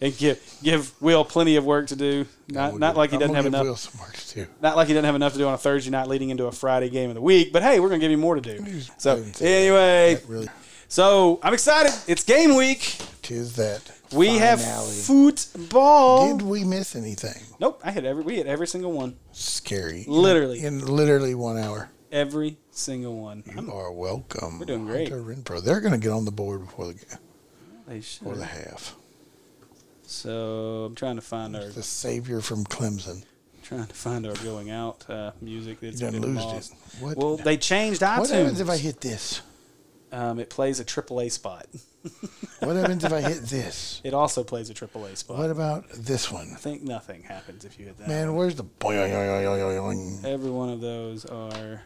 S1: and give give Will plenty of work to do. Not not like he
S2: I'm
S1: doesn't
S2: gonna
S1: have
S2: give
S1: enough.
S2: Will some work to do.
S1: Not like he doesn't have enough to do on a Thursday night leading into a Friday game of the week. But hey, we're gonna give you more to do. So
S2: didn't say
S1: anyway,
S2: Really,
S1: so I'm excited. It's game week.
S2: tis that.
S1: We have
S2: finale.
S1: football.
S2: Did we miss anything
S1: Nope, I hit every. We hit every single one.
S2: scary?
S1: Literally.
S2: in literally one hour.
S1: Every single one.
S2: You are welcome. We're
S1: doing great.
S2: Renfro. They're going to get on the board before the
S1: They
S2: before the
S1: should.
S2: half.
S1: So I'm trying to find our
S2: The savior from Clemson.
S1: trying to find our going out uh, music. That's
S2: You done
S1: been
S2: losed
S1: lost.
S2: it. What-
S1: Well, they changed iTunes.
S2: What happens if I hit this?
S1: um, it plays a AAA spot.
S2: What happens if I hit this?
S1: It also plays a AAA spot.
S2: What about this one?
S1: I think nothing happens if you hit that.
S2: Man, where's the boing, oing, oing, oing, oing, oing?
S1: Every one of those are.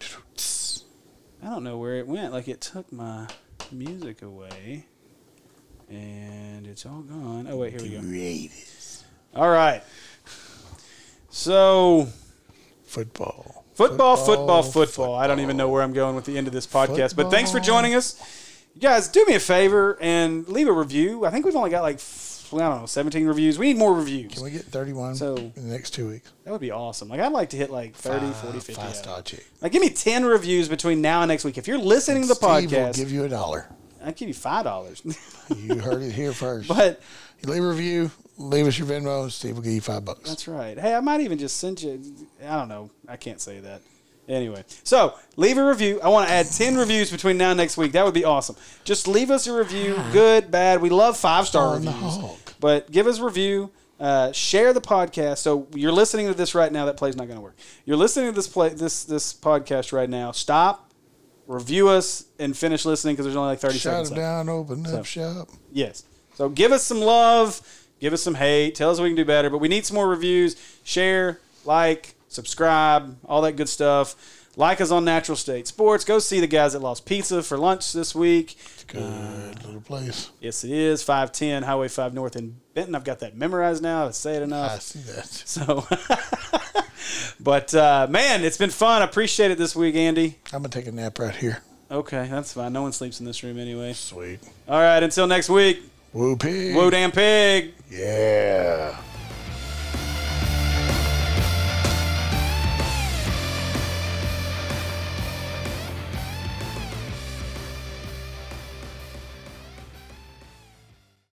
S1: I don't know where it went. Like it took my music away, and it's all gone. Oh wait, here we go.
S2: Created
S1: All right. So
S2: football.
S1: football, football, football. I don't even know where I'm going with the end of this podcast, but thanks for
S2: Football.
S1: joining us, you guys. Do me a favor and leave a review. I think we've only got like f- I don't know 17 reviews. We need more reviews.
S2: Can we get 31
S1: So-
S2: in the next two weeks? Ah,
S1: That would be awesome. Like I'd like to hit like 30, 40, 50.
S2: Five
S1: out.
S2: star check.
S1: Like, give me ten reviews between now and next week. If you're listening to the
S2: Steve will
S1: podcast,
S2: give you a dollar.
S1: I'll give you five dollars.
S2: You heard it here first.
S1: but
S2: leave a review, leave us your Venmo, and Steve will give you five bucks.
S1: that's right. Hey, I might even just send you. I don't know. I can't say that. Anyway, so leave a review. I want to add ten reviews between now and next week. That would be awesome. Just leave us a review, good, bad. We love five star
S2: On the
S1: reviews,
S2: Hulk.
S1: but give us a review. Uh, share the podcast. So you're listening to this right now. That play's not going to work. You're listening to this play, this this podcast right now. Stop, review us, and finish listening because there's only like 30
S2: Shut
S1: seconds.
S2: him
S1: left.
S2: down, open up shop.
S1: Yes. So give us some love, give us some hate, tell us we can do better, but we need some more reviews. Share, like, subscribe, all that good stuff. Like us on Natural State Sports. Go see the guys at Lost Pizza for lunch this week.
S2: Good
S1: Uh,
S2: little place.
S1: Yes, it is 510 Highway 5 North in Benton. I've got that memorized now. I say it enough.
S2: I see that.
S1: So, but uh, man, it's been fun. I appreciate it this week, Andy.
S2: I'm going to take a nap right here.
S1: Okay, that's fine. No one sleeps in this room anyway.
S2: Sweet.
S1: All right, until next week.
S2: Whoopee.
S1: Whoa, damn pig.
S2: Yeah.